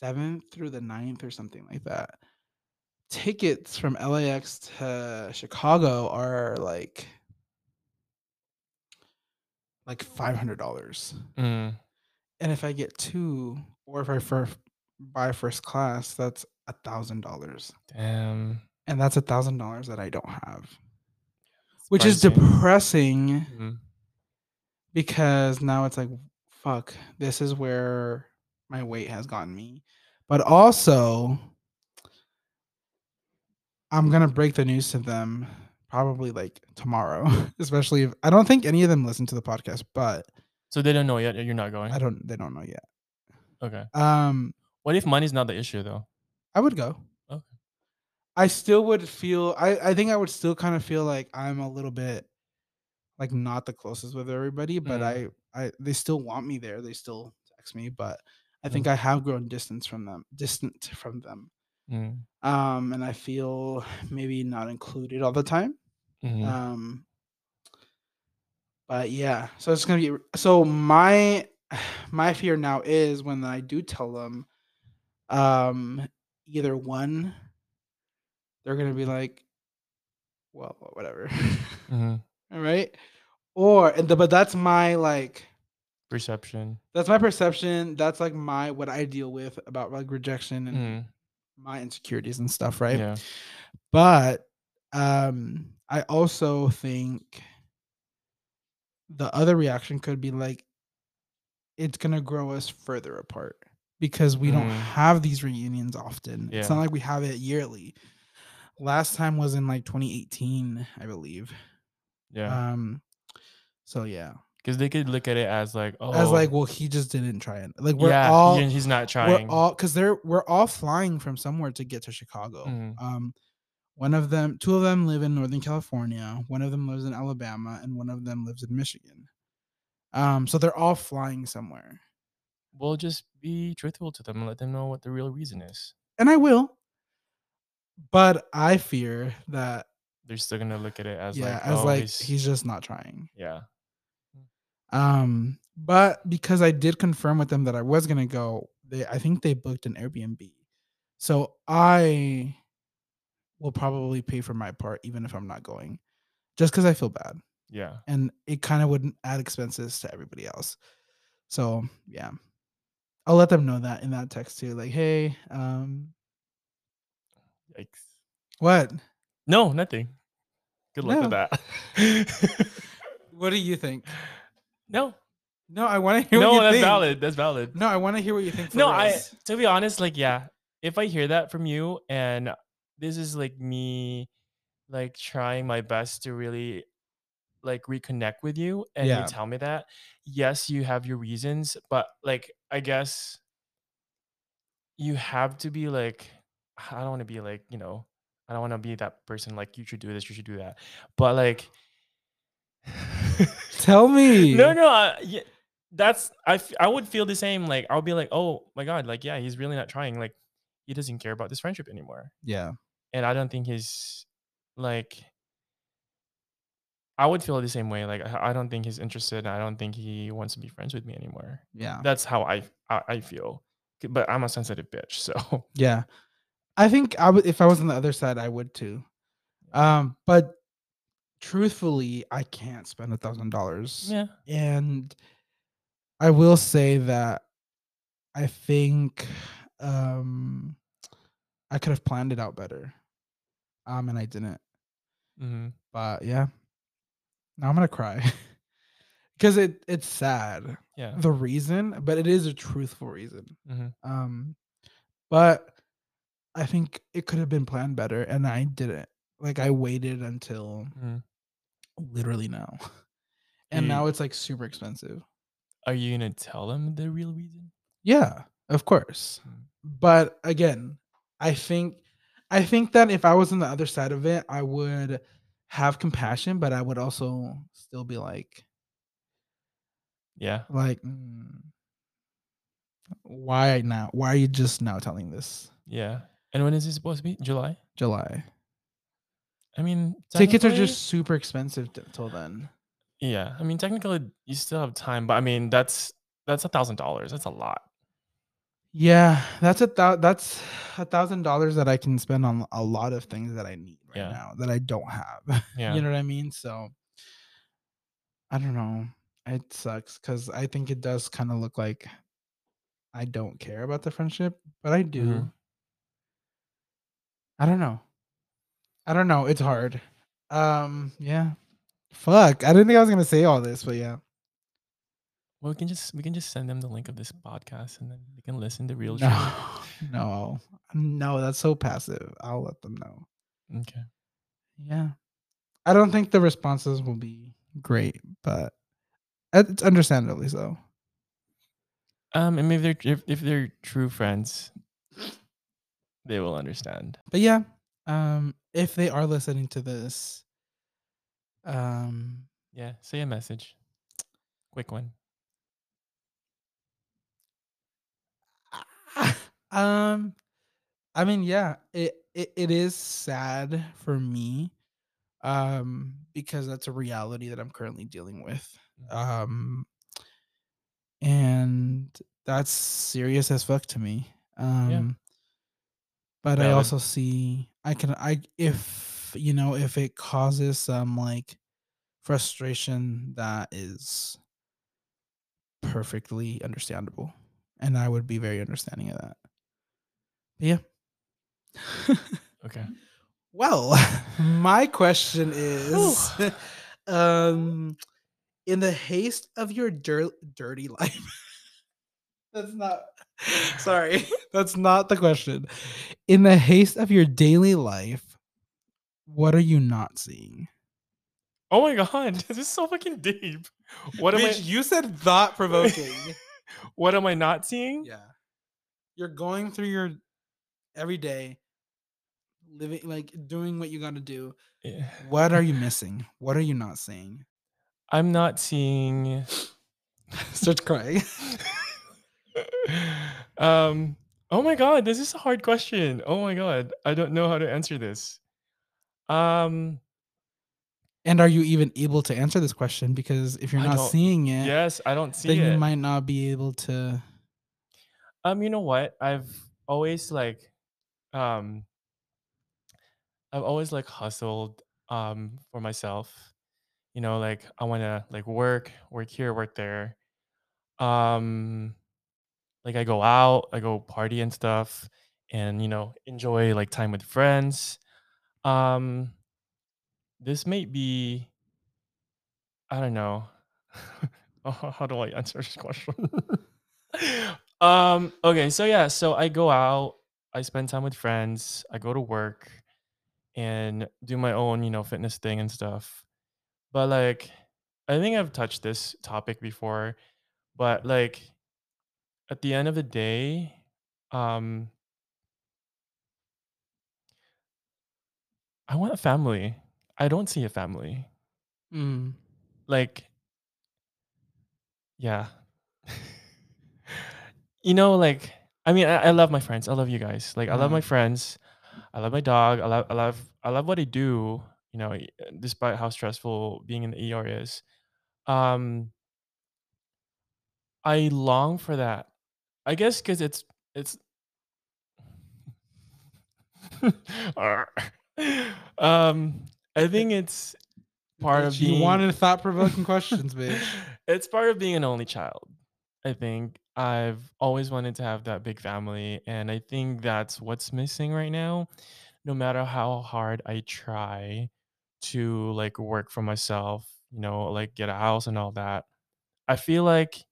Speaker 1: 7th through the 9th or something like that. Tickets from LAX to Chicago are like like $500.
Speaker 2: Mm,
Speaker 1: And if I get two or if I first buy first class, that's a $1,000.
Speaker 2: damn.
Speaker 1: And that's a $1,000 that I don't have.
Speaker 2: it's
Speaker 1: Which is
Speaker 2: pricey.
Speaker 1: depressing.
Speaker 2: Mhm.
Speaker 1: because now it's like fuck this is where my weight has gotten me but also i'm gonna break the news to them probably like tomorrow especially if i don't think any of them listen to the podcast but
Speaker 2: So they don't know yet. that You're not going.
Speaker 1: i don't they don't know yet
Speaker 2: Okay.
Speaker 1: um
Speaker 2: What if money's not the issue though?
Speaker 1: i would go
Speaker 2: Okay.
Speaker 1: i still would feel i i think i would still kind of feel like i'm a little bit like not the closest with everybody but
Speaker 2: Mm.
Speaker 1: i i they still want me there they still text me but I think
Speaker 2: Mm-hmm.
Speaker 1: I have grown distance from them, distant from them.
Speaker 2: Mm.
Speaker 1: Um, and I feel maybe not included all the time.
Speaker 2: Mhm.
Speaker 1: Um, but yeah, so it's gonna be so my my fear now is when I do tell them, um, either one, they're gonna be like, well, whatever,
Speaker 2: Mhm.
Speaker 1: all right, or and the, but that's my like
Speaker 2: Perception.
Speaker 1: that's my perception. That's like my what I deal with about like rejection and
Speaker 2: Mm.
Speaker 1: my insecurities and stuff, right?
Speaker 2: Yeah.
Speaker 1: but um i also think the other reaction could be like it's gonna grow us further apart because we don't
Speaker 2: Mm.
Speaker 1: have these reunions often it's not
Speaker 2: Yeah.
Speaker 1: like we have it yearly last time was in like 2018 i believe
Speaker 2: Yeah.
Speaker 1: um so yeah
Speaker 2: Because they could look at it as like, oh,
Speaker 1: as like well he just didn't try it like we're
Speaker 2: yeah,
Speaker 1: all
Speaker 2: he- he's not
Speaker 1: we're
Speaker 2: trying.
Speaker 1: all because they're we're all flying from somewhere to get to Chicago.
Speaker 2: Mhm.
Speaker 1: Um, one of them, two of them live in Northern California. One of them lives in Alabama, and one of them lives in Michigan. Um, so they're all flying somewhere,
Speaker 2: Well, just be truthful to them and let them know what the real reason is.
Speaker 1: and I will. But I fear that
Speaker 2: They're still gonna look at it as
Speaker 1: yeah,
Speaker 2: like,
Speaker 1: as
Speaker 2: oh,
Speaker 1: like
Speaker 2: he's,
Speaker 1: he's just not trying.
Speaker 2: yeah,
Speaker 1: Um, but because I did confirm with them that I was gonna go, they I think they booked an Airbnb. So I will probably pay for my part even if I'm not going. Just because I feel bad.
Speaker 2: yeah.
Speaker 1: And it kind of wouldn't add expenses to everybody else. So yeah. I'll let them know that in that text too. Like, hey, um,
Speaker 2: Yikes.
Speaker 1: what?
Speaker 2: No, nothing. Good luck
Speaker 1: No.
Speaker 2: with that.
Speaker 1: What do you think?
Speaker 2: no,
Speaker 1: No, I want to hear what
Speaker 2: no,
Speaker 1: you
Speaker 2: that's
Speaker 1: think.
Speaker 2: valid. That's valid.
Speaker 1: No, I want to hear what you think.
Speaker 2: no, I
Speaker 1: first.
Speaker 2: to be honest, like yeah, if I hear that from you and this is like me like trying my best to really like reconnect with you and
Speaker 1: Yeah.
Speaker 2: you tell me that, yes, you have your reasons, but like I guess you have to be like I don't want to be like, you know, I don't want to be that person like you should do this, you should do that. But like
Speaker 1: Tell me.
Speaker 2: no, no, I, yeah, that's I. f- I would feel the same. Like I'll be like, oh my god, like yeah, he's really not trying. Like he doesn't care about this friendship anymore,
Speaker 1: Yeah.
Speaker 2: and I don't think he's like. I would feel the same way. Like I I don't think he's interested. and I don't think he wants to be friends with me anymore.
Speaker 1: Yeah.
Speaker 2: That's how I I, I feel. K- But I'm a sensitive bitch, so
Speaker 1: Yeah. I think I would if I was on the other side, I would too. Um, but truthfully, I can't spend a thousand dollars.
Speaker 2: yeah.
Speaker 1: And I will say that I think um I could have planned it out better. Um, and I didn't.
Speaker 2: hmm
Speaker 1: But yeah. Now I'm gonna cry. Cause it it's sad
Speaker 2: Yeah.
Speaker 1: the reason, but it is a truthful reason.
Speaker 2: Mhm.
Speaker 1: Um, but I think it could have been planned better, and I didn't. Like I waited until
Speaker 2: Mhm.
Speaker 1: literally now, and
Speaker 2: You-
Speaker 1: now it's like super expensive.
Speaker 2: Are you gonna tell him the real reason?
Speaker 1: Yeah, of course.
Speaker 2: Mm.
Speaker 1: But again, I think, I think that if I was on the other side of it, I would have compassion, but I would also still be like,
Speaker 2: Yeah.
Speaker 1: like, "Mm, why now? Why are you just now telling this?
Speaker 2: Yeah. And when is it supposed to be? July.
Speaker 1: July.
Speaker 2: I mean,
Speaker 1: Tickets are
Speaker 2: technically-
Speaker 1: just super expensive t- till then.
Speaker 2: Yeah, I mean, technically, you still have time, but I mean, that's that's a thousand dollars. That's a lot.
Speaker 1: Yeah, that's a thou- that's a thousand dollars that I can spend on a lot of things that I need right
Speaker 2: Yeah.
Speaker 1: now that I don't have.
Speaker 2: Yeah,
Speaker 1: you know what I mean? So I don't know. It sucks because I think it does kind of look like I don't care about the friendship, but
Speaker 2: Mm-hmm.
Speaker 1: I do. I don't know. I don't know. It's hard. Um, yeah. Fuck. I didn't think I was gonna say all this, but yeah.
Speaker 2: well, we can just we can just send them the link of this podcast, and then they can listen to real.
Speaker 1: No, no, no, that's so passive. I'll let them know.
Speaker 2: shit. Okay.
Speaker 1: Yeah. I don't think the responses will be great, but it- it's understandably so.
Speaker 2: Um, and maybe they're if, if they're true friends, they will understand.
Speaker 1: But yeah, um, if they are listening to this, um,
Speaker 2: Yeah, say a message, quick one.
Speaker 1: Um, I mean, yeah, it, it it is sad for me, um, because that's a reality that I'm currently dealing with. Um, and that's serious as fuck to me. Um, but I
Speaker 2: Valid.
Speaker 1: also see I can I if you know if it causes some like frustration that is perfectly understandable, and I would be very understanding of that. yeah.
Speaker 2: Okay.
Speaker 1: Well, my question is um in the haste of your dir- dirty life. that's not Sorry, that's not the question. In the haste of your daily life, what are you not seeing?
Speaker 2: Oh my god, this is so fucking deep. What am
Speaker 1: Bitch,
Speaker 2: I?
Speaker 1: you said thought provoking.
Speaker 2: What am I not seeing?
Speaker 1: yeah. You're going through your every day living like doing what you got to do.
Speaker 2: Yeah.
Speaker 1: What are you missing? What are you not seeing?
Speaker 2: I'm not seeing.
Speaker 1: Starts crying.
Speaker 2: um. Oh my god, this is a hard question. Oh my god, I don't know how to answer this. Um.
Speaker 1: And are you even able to answer this question? Because if you're
Speaker 2: I
Speaker 1: not
Speaker 2: don't-
Speaker 1: seeing it,
Speaker 2: Yes, I don't see
Speaker 1: then
Speaker 2: it.
Speaker 1: you might not be able to.
Speaker 2: Um, you know what? I've always like, um, I've always like hustled um for myself. You know, like I want to like work, work here, work there. Um, like I go out, I go party and stuff, and you know enjoy like time with friends. Um, this may be, I don't know. how how do I answer this question? um okay so yeah so i go out i spend time with friends i go to work and do my own you know fitness thing and stuff but like i think i've touched this topic before but like at the end of the day um i want a family i don't see a family
Speaker 1: Mm.
Speaker 2: like yeah you know like i mean I, I love my friends i love you guys like i love
Speaker 1: Mhm.
Speaker 2: my friends i love my dog i love i love i love what i do you know e- despite how stressful being in the er is um i long for that i guess because it's it's Arr. um i think it's part of
Speaker 1: Bitch, you
Speaker 2: being
Speaker 1: wanted thought provoking questions, bitch.
Speaker 2: it's part of being an only child. I think I've always wanted to have that big family, and I think that's what's missing right now. No matter how hard I try to like work for myself, you know, like get a house and all that, I feel like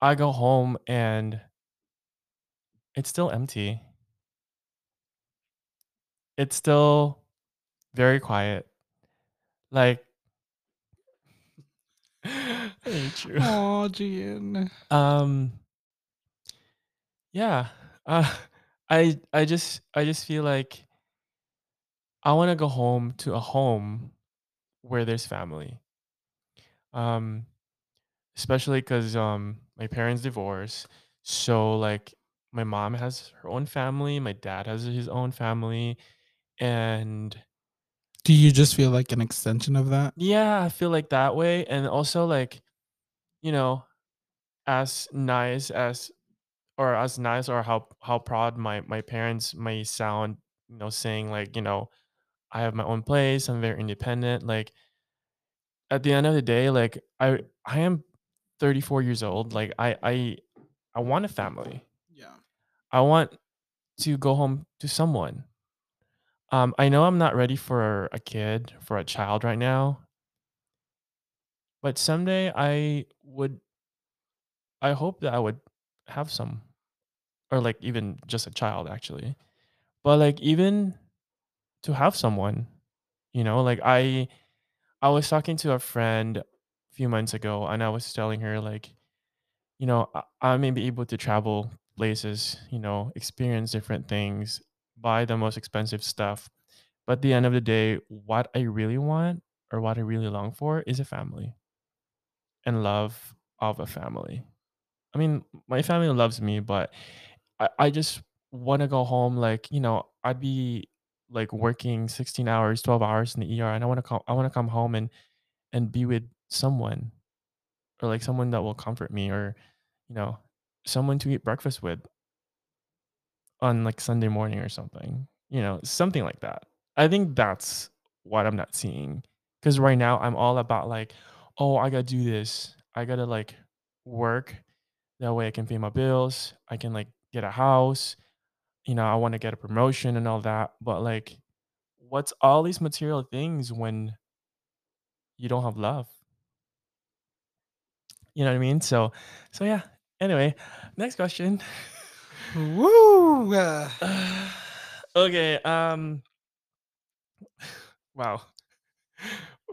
Speaker 2: I go home and it's still empty. It's still very quiet. Like, I hate you.
Speaker 1: Oh, Gian.
Speaker 2: um yeah uh, i i just i just feel like i want to go home to a home where there's family um especially because um my parents divorced so like my mom has her own family my dad has his own family and
Speaker 1: Do you just feel like an extension of that?
Speaker 2: yeah i feel like that way and also like you know as nice as or as nice or how how proud my my parents may sound you know saying like you know i have my own place i'm very independent like at the end of the day like i i am 34 years old like i i i want a family
Speaker 1: Yeah.
Speaker 2: I want to go home to someone. Um, I know I'm not ready for a kid, for a child right now, but someday I would. I hope that I would have some, or like even just a child actually, but like even to have someone, you know, like I, I was talking to a friend a few months ago, and I was telling her like, you know, I, I may be able to travel places, you know, experience different things, buy the most expensive stuff. But at the end of the day, what I really want or what I really long for is a family and love of a family. I mean, my family loves me, but I, I just want to go home. Like, you know, I'd be like working 16 hours, 12 hours in the ER, and I want to come, I want to come home and and be with someone, or like someone that will comfort me, or you know, someone to eat breakfast with on like Sunday morning or something. You know, something like that. I think that's what I'm not seeing because right now I'm all about like, oh, I gotta do this. I gotta like work. That way I can pay my bills. I can like get a house. You know, I want to get a promotion and all that. But like, what's all these material things when you don't have love? You know what I mean? So, so yeah. Anyway, next question.
Speaker 1: Woo! uh,
Speaker 2: okay. Um. Wow.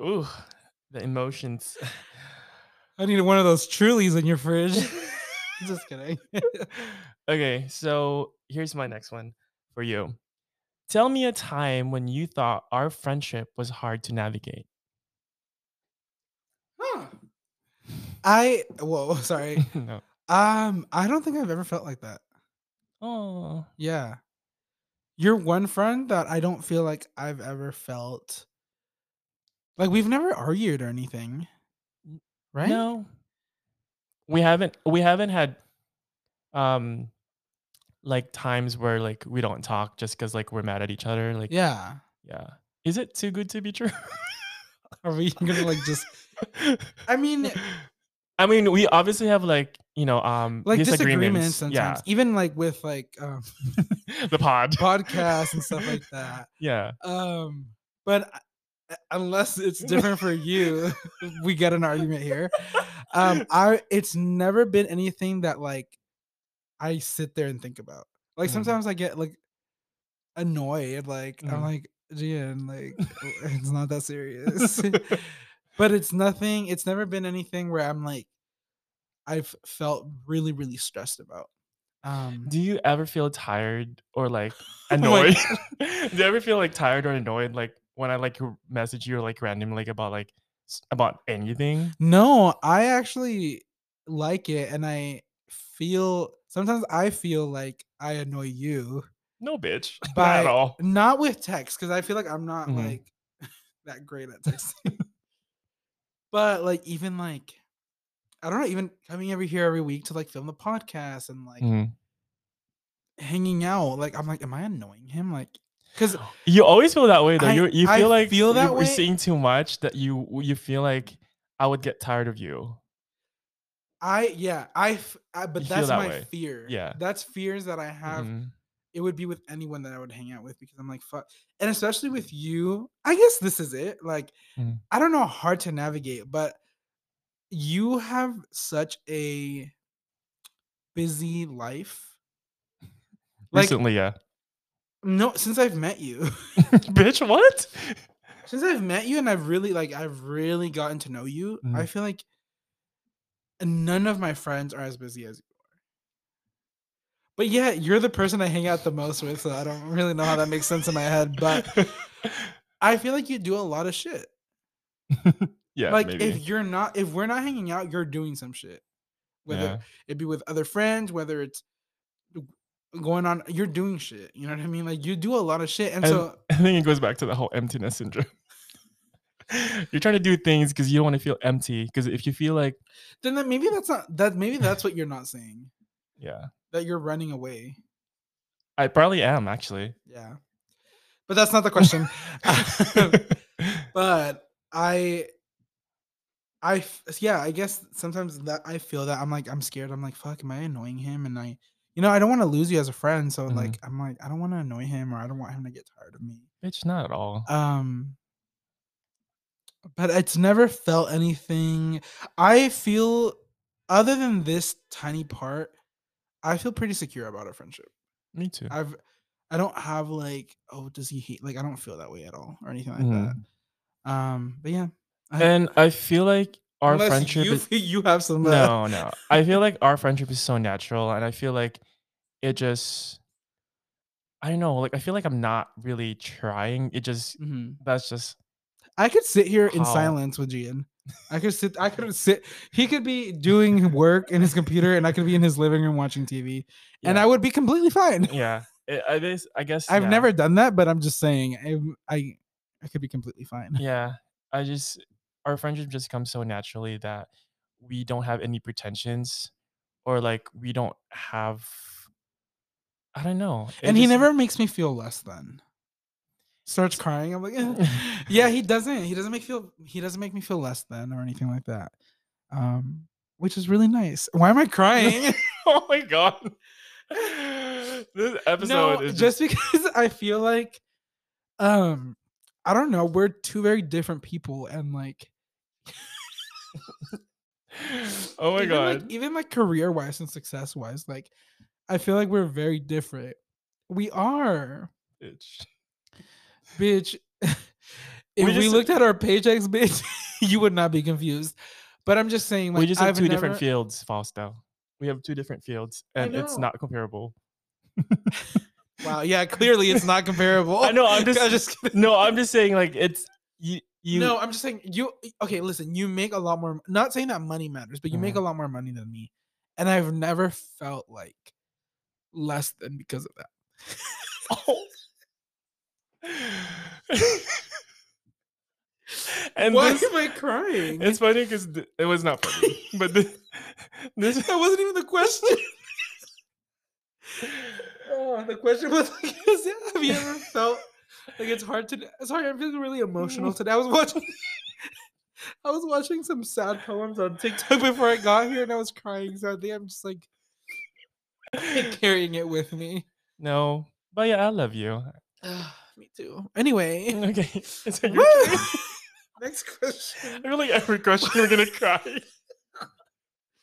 Speaker 2: Ooh, the emotions.
Speaker 1: I need one of those Trulies in your fridge. Just kidding.
Speaker 2: okay, so here's my next one for you. Tell me a time when you thought our friendship was hard to navigate.
Speaker 1: Huh. I whoa, sorry.
Speaker 2: no.
Speaker 1: Um, I don't think I've ever felt like that.
Speaker 2: Oh.
Speaker 1: Yeah. You're one friend that I don't feel like I've ever felt like we've never argued or anything. Right?
Speaker 2: No. We haven't we haven't had um like times where like we don't talk just cuz like we're mad at each other like yeah.
Speaker 1: Yeah.
Speaker 2: Is it too good to be true?
Speaker 1: Are we gonna like just I mean
Speaker 2: I mean, we obviously have like, you know, um
Speaker 1: like disagreements
Speaker 2: disagreements.
Speaker 1: sometimes. Even like with like um
Speaker 2: Yeah. the pod.
Speaker 1: podcasts and stuff like that.
Speaker 2: Yeah.
Speaker 1: Um but I- unless it's different for you, we get an argument here. um i it's never been anything that like i sit there and think about like
Speaker 2: Mm.
Speaker 1: sometimes i get like annoyed like i'm
Speaker 2: Mm.
Speaker 1: like Gian, like w- it's not that serious but it's nothing it's never been anything where i'm like i've felt really really stressed about um
Speaker 2: Do you ever feel tired or like
Speaker 1: Oh my
Speaker 2: annoyed? Do you ever feel like tired or annoyed like when I like r- message you like randomly like about like s- about anything?
Speaker 1: no i actually like it and i feel sometimes i feel like i annoy you
Speaker 2: No, bitch. Not
Speaker 1: By-
Speaker 2: at all.
Speaker 1: not with text because I feel like I'm not
Speaker 2: Mhm.
Speaker 1: like that great at texting. but like even like I don't know, even coming over here every week to like film the podcast and like
Speaker 2: Mhm.
Speaker 1: hanging out, like I'm like, am I annoying him? Like, because
Speaker 2: You always feel that way though.
Speaker 1: I-
Speaker 2: you you
Speaker 1: I
Speaker 2: feel like
Speaker 1: feel
Speaker 2: you
Speaker 1: that
Speaker 2: we're
Speaker 1: way.
Speaker 2: seeing too much that you you feel like I would get tired of you.
Speaker 1: I yeah I, f- I- but
Speaker 2: You feel
Speaker 1: that's
Speaker 2: that
Speaker 1: my
Speaker 2: way.
Speaker 1: fear.
Speaker 2: Yeah.
Speaker 1: that's fears that I have.
Speaker 2: Mhm.
Speaker 1: It would be with anyone that I would hang out with because I'm like fuck, and especially with you. I guess this is it. Like
Speaker 2: Mm.
Speaker 1: I don't know, hard to navigate, but you have such a busy life. Like
Speaker 2: Recently, yeah.
Speaker 1: no, since I've met you,
Speaker 2: bitch, what?
Speaker 1: since I've met you, and I've really like I've really gotten to know you.
Speaker 2: Mm.
Speaker 1: I feel like none of my friends are as busy as you are. But yeah, you're the person I hang out the most with, so I don't really know how that makes sense in my head. But I feel like you do a lot of shit.
Speaker 2: yeah,
Speaker 1: like
Speaker 2: maybe.
Speaker 1: if you're not, if we're not hanging out, you're doing some shit. Whether
Speaker 2: yeah.
Speaker 1: it be with other friends, whether it's w- going on, you're doing shit. You know what I mean? Like you do a lot of shit, and,
Speaker 2: And-
Speaker 1: so
Speaker 2: I think it goes back to the whole emptiness syndrome. You're trying to do things because you don't want to feel empty. Because if you feel like,
Speaker 1: then that maybe that's not that maybe that's what you're not saying
Speaker 2: yeah,
Speaker 1: that you're running away.
Speaker 2: I probably am actually.
Speaker 1: Yeah, but that's not the question. but I, I f- yeah, I guess sometimes that I feel that I'm like I'm scared. I'm like fuck, am I annoying him? And I. You know, I don't want to lose you as a friend, so
Speaker 2: Mhm.
Speaker 1: like I'm like I don't want to annoy him or I don't want him to get tired of me.
Speaker 2: Bitch, not at all.
Speaker 1: um but it's never felt anything i feel other than this tiny part i feel pretty secure about our friendship
Speaker 2: Me too.
Speaker 1: i've i don't have like oh does he hate like i don't feel that way at all or anything like
Speaker 2: Mhm.
Speaker 1: that um but yeah I-
Speaker 2: And I feel like our
Speaker 1: unless
Speaker 2: friendship.
Speaker 1: you,
Speaker 2: is,
Speaker 1: feel you have some uh,
Speaker 2: no, no. I feel like our friendship is so natural, and I feel like it just. I don't know. Like I feel like I'm not really trying. It just
Speaker 1: Mhm.
Speaker 2: that's just
Speaker 1: i could sit here in
Speaker 2: How-
Speaker 1: silence with gian I could sit. I could sit. He could be doing work in his computer, and I could be in his living room watching TV, and
Speaker 2: Yeah.
Speaker 1: I would be completely fine.
Speaker 2: yeah. It, I, this, I guess
Speaker 1: I've
Speaker 2: yeah.
Speaker 1: never done that, but I'm just saying, I, I, I could be completely fine.
Speaker 2: Yeah, I just our friendship just comes so naturally that we don't have any pretensions, or like we don't have. I don't know. it
Speaker 1: and he
Speaker 2: just-
Speaker 1: never makes me feel less than. Starts crying. I'm like, "Eh." yeah, he doesn't. He doesn't make feel. He doesn't make me feel less than or anything like that. Um, which is really nice. Why am I crying?
Speaker 2: oh my god. this episode
Speaker 1: no,
Speaker 2: is just,
Speaker 1: just because I feel like, um, I don't know. We're two very different people, and like,
Speaker 2: Oh my
Speaker 1: even,
Speaker 2: god.
Speaker 1: like, even like career wise and success wise, like, I feel like we're very different. We are,
Speaker 2: Bitch.
Speaker 1: bitch. if we,
Speaker 2: just-
Speaker 1: looked at our paychecks, bitch, you would not be confused. But I'm just saying, like,
Speaker 2: we just have
Speaker 1: I've
Speaker 2: two different
Speaker 1: never-
Speaker 2: fields, Fausto. We have two different fields,
Speaker 1: I
Speaker 2: and it's
Speaker 1: know.
Speaker 2: not comparable.
Speaker 1: Wow, yeah, clearly it's not comparable.
Speaker 2: I know, I'm just-
Speaker 1: Oh, I'm just kidding.
Speaker 2: No, I'm just saying, like it's you. you
Speaker 1: no, I'm just saying you. Okay, listen, you make a lot more. Not saying that money matters, but you make
Speaker 2: Mhm.
Speaker 1: a lot more money than me, and I've never felt like less than because of that. Oh.
Speaker 2: and
Speaker 1: Why
Speaker 2: this,
Speaker 1: am I crying?
Speaker 2: it's funny because it was not funny, but this, this
Speaker 1: that wasn't even the question. Oh, the question was like, is it- have you ever felt like it's hard to? Sorry, I'm feeling really emotional today. I was watching, I was watching some sad poems on TikTok before I got here, and I was crying sadly. I'm just like carrying it with me.
Speaker 2: no, but yeah, I love you.
Speaker 1: Ah, me too. Anyway,
Speaker 2: Okay, it's like
Speaker 1: woo!
Speaker 2: you're kidding.
Speaker 1: next question.
Speaker 2: I feel like every question we're gonna cry.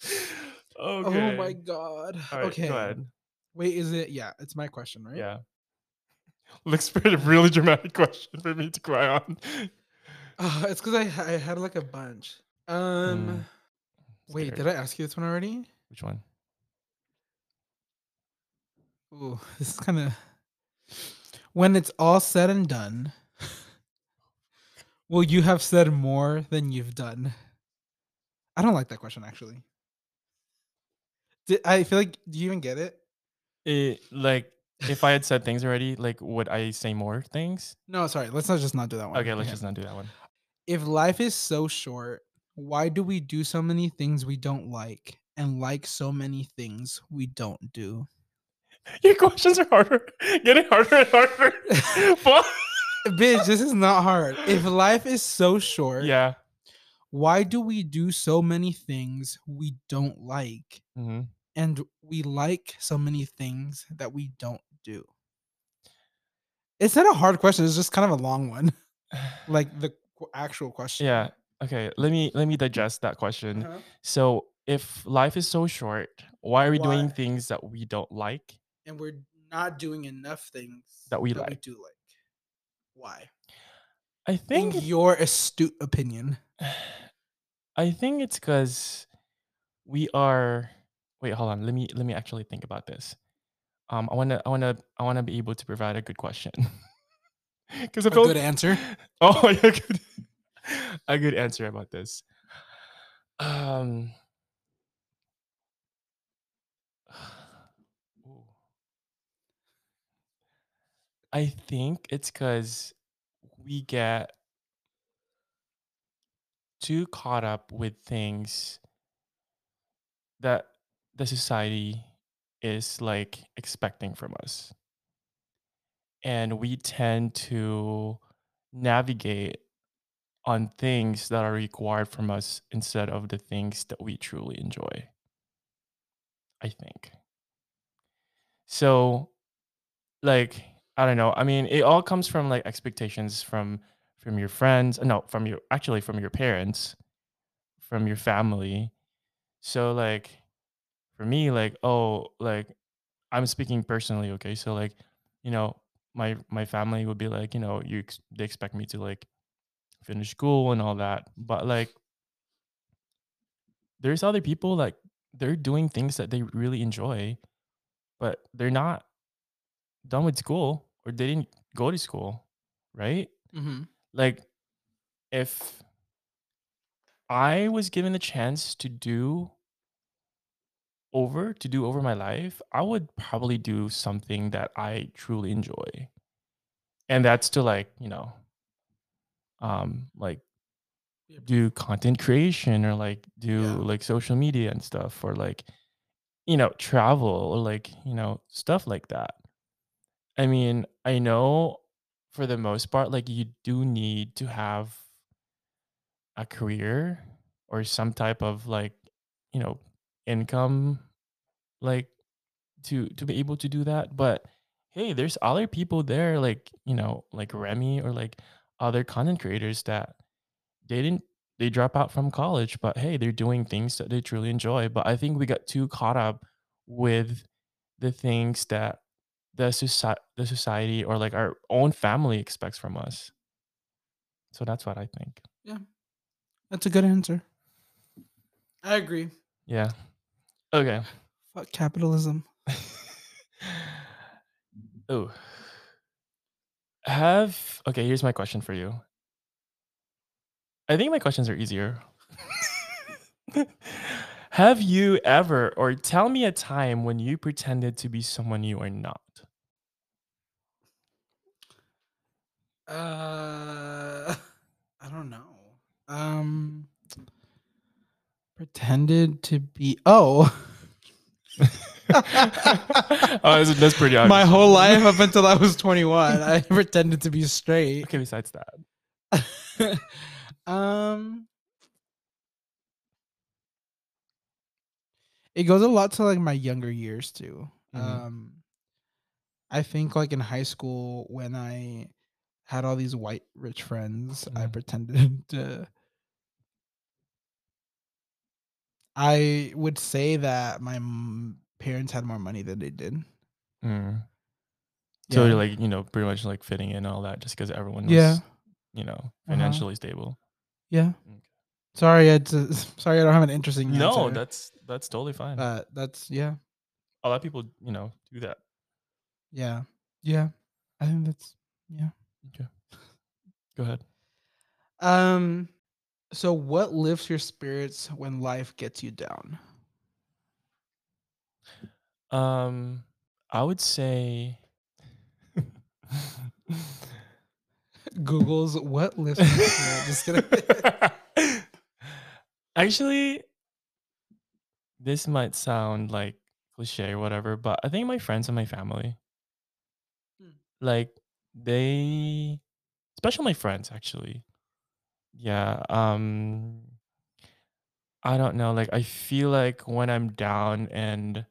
Speaker 2: okay.
Speaker 1: Oh my god.
Speaker 2: All right,
Speaker 1: okay.
Speaker 2: Go ahead.
Speaker 1: Wait, is it? Yeah, it's my question, right?
Speaker 2: Yeah. Looks pretty really dramatic question for me to cry on.
Speaker 1: Uh, it's because I, ha- I had like a bunch.
Speaker 2: Mm.
Speaker 1: Um, wait,
Speaker 2: Scared.
Speaker 1: did I ask you this one already?
Speaker 2: Which one?
Speaker 1: Ooh, this is kind of. When it's all said and done, will you have said more than you've done? I don't like that question actually. Did, I feel like do you even get it?
Speaker 2: It, Eh, like if I had said things already, like would I say more things?
Speaker 1: No, sorry. Let's not just not do that one.
Speaker 2: Okay, let's just not do that one.
Speaker 1: If life is so short, why do we do so many things we don't like and like so many things we don't do?
Speaker 2: Your questions are harder, getting harder and harder. Fuck.
Speaker 1: Bitch, this is not hard. If life is so short,
Speaker 2: yeah.
Speaker 1: why do we do so many things we don't like
Speaker 2: hmm
Speaker 1: and we like so many things that we don't do it's not a hard question it's just kind of a long one like the qu- actual question
Speaker 2: Yeah. Okay. Let me let me digest that question.
Speaker 1: Uh-huh.
Speaker 2: So, if life is so short, why are we
Speaker 1: Why?
Speaker 2: doing things that we don't like?
Speaker 1: and we're not doing enough things
Speaker 2: That we
Speaker 1: we
Speaker 2: like.
Speaker 1: do like why
Speaker 2: I
Speaker 1: in
Speaker 2: think
Speaker 1: your astute opinion
Speaker 2: I think it's because we are. Wait, hold on. Let me let me actually think about this. Um, I wanna I wanna I wanna be able to provide a good question. Because I
Speaker 1: a
Speaker 2: feel
Speaker 1: good answer
Speaker 2: Oh, yeah, good. a good answer about this. Um. ooh. I think it's because we get too caught up with things that the society is like expecting from us. And we tend to navigate on things that are required from us instead of the things that we truly enjoy. I think. So like I don't know. I mean, it all comes from like expectations from from your friends, uh, no, from your actually from your parents, from your family. So like for me like oh, like I'm speaking personally, okay? So like, you know, my my family would be like, you know, you ex- they expect me to like finish school and all that, but like there's other people like they're doing things that they really enjoy, but they're not done with school or they didn't go to
Speaker 1: Mm-hmm.
Speaker 2: school, right?
Speaker 1: Mhm.
Speaker 2: Like if I was given the chance to do over to do over my life, I would probably do something that I truly enjoy. And that's to like, you know, um like do content creation or like do
Speaker 1: Yeah.
Speaker 2: like social media and stuff or like you know, travel or like, you know, stuff like that. I mean, I know for the most part like you do need to have a career or some type of like, you know, income like to to be able to do that but hey there's other people there like you know like remy or like other content creators that they didn't they drop out from college but hey they're doing things that they truly enjoy but i think we got too caught up with the things that the society the society or like our own family expects from us so that's what i think
Speaker 1: That's a good answer. I agree.
Speaker 2: yeah okay
Speaker 1: Fuck capitalism.
Speaker 2: oh. Have okay, here's my question for you. I think my questions are easier. Have you ever or tell me a time when you pretended to be someone you are not?
Speaker 1: Uh, I don't know. Um, pretended to be. Oh,
Speaker 2: oh, that's, that's pretty obvious.
Speaker 1: my whole life up until I was 21, I pretended to be straight.
Speaker 2: Okay, besides that.
Speaker 1: um, it goes a lot to like my younger years too.
Speaker 2: Mhm.
Speaker 1: Um, I think like in high school when I had all these white rich friends, I
Speaker 2: Mhm.
Speaker 1: pretended to. I would say that my m- parents had more money than they did.
Speaker 2: Mm. So
Speaker 1: Yeah.
Speaker 2: you're like, you know, pretty much like fitting in and all that just because everyone was,
Speaker 1: Yeah. Uh-huh.
Speaker 2: you know, financially stable.
Speaker 1: Yeah.
Speaker 2: Okay.
Speaker 1: Sorry, I d- sorry I don't have an interesting
Speaker 2: No,
Speaker 1: answer.
Speaker 2: that's that's totally fine.
Speaker 1: uh, that's yeah.
Speaker 2: a lot of people, you know, do that.
Speaker 1: Yeah. Yeah. I think that's
Speaker 2: Go ahead.
Speaker 1: um so what lifts your spirits when life gets you down?
Speaker 2: Um, I would say
Speaker 1: Google's what lifts your spirit? Just kidding.
Speaker 2: Actually, this might sound like cliche or whatever, but I think my friends and my family,
Speaker 1: Hmm.
Speaker 2: like they, especially my friends, actually, yeah. Um, I don't know. Like I feel like when I'm down and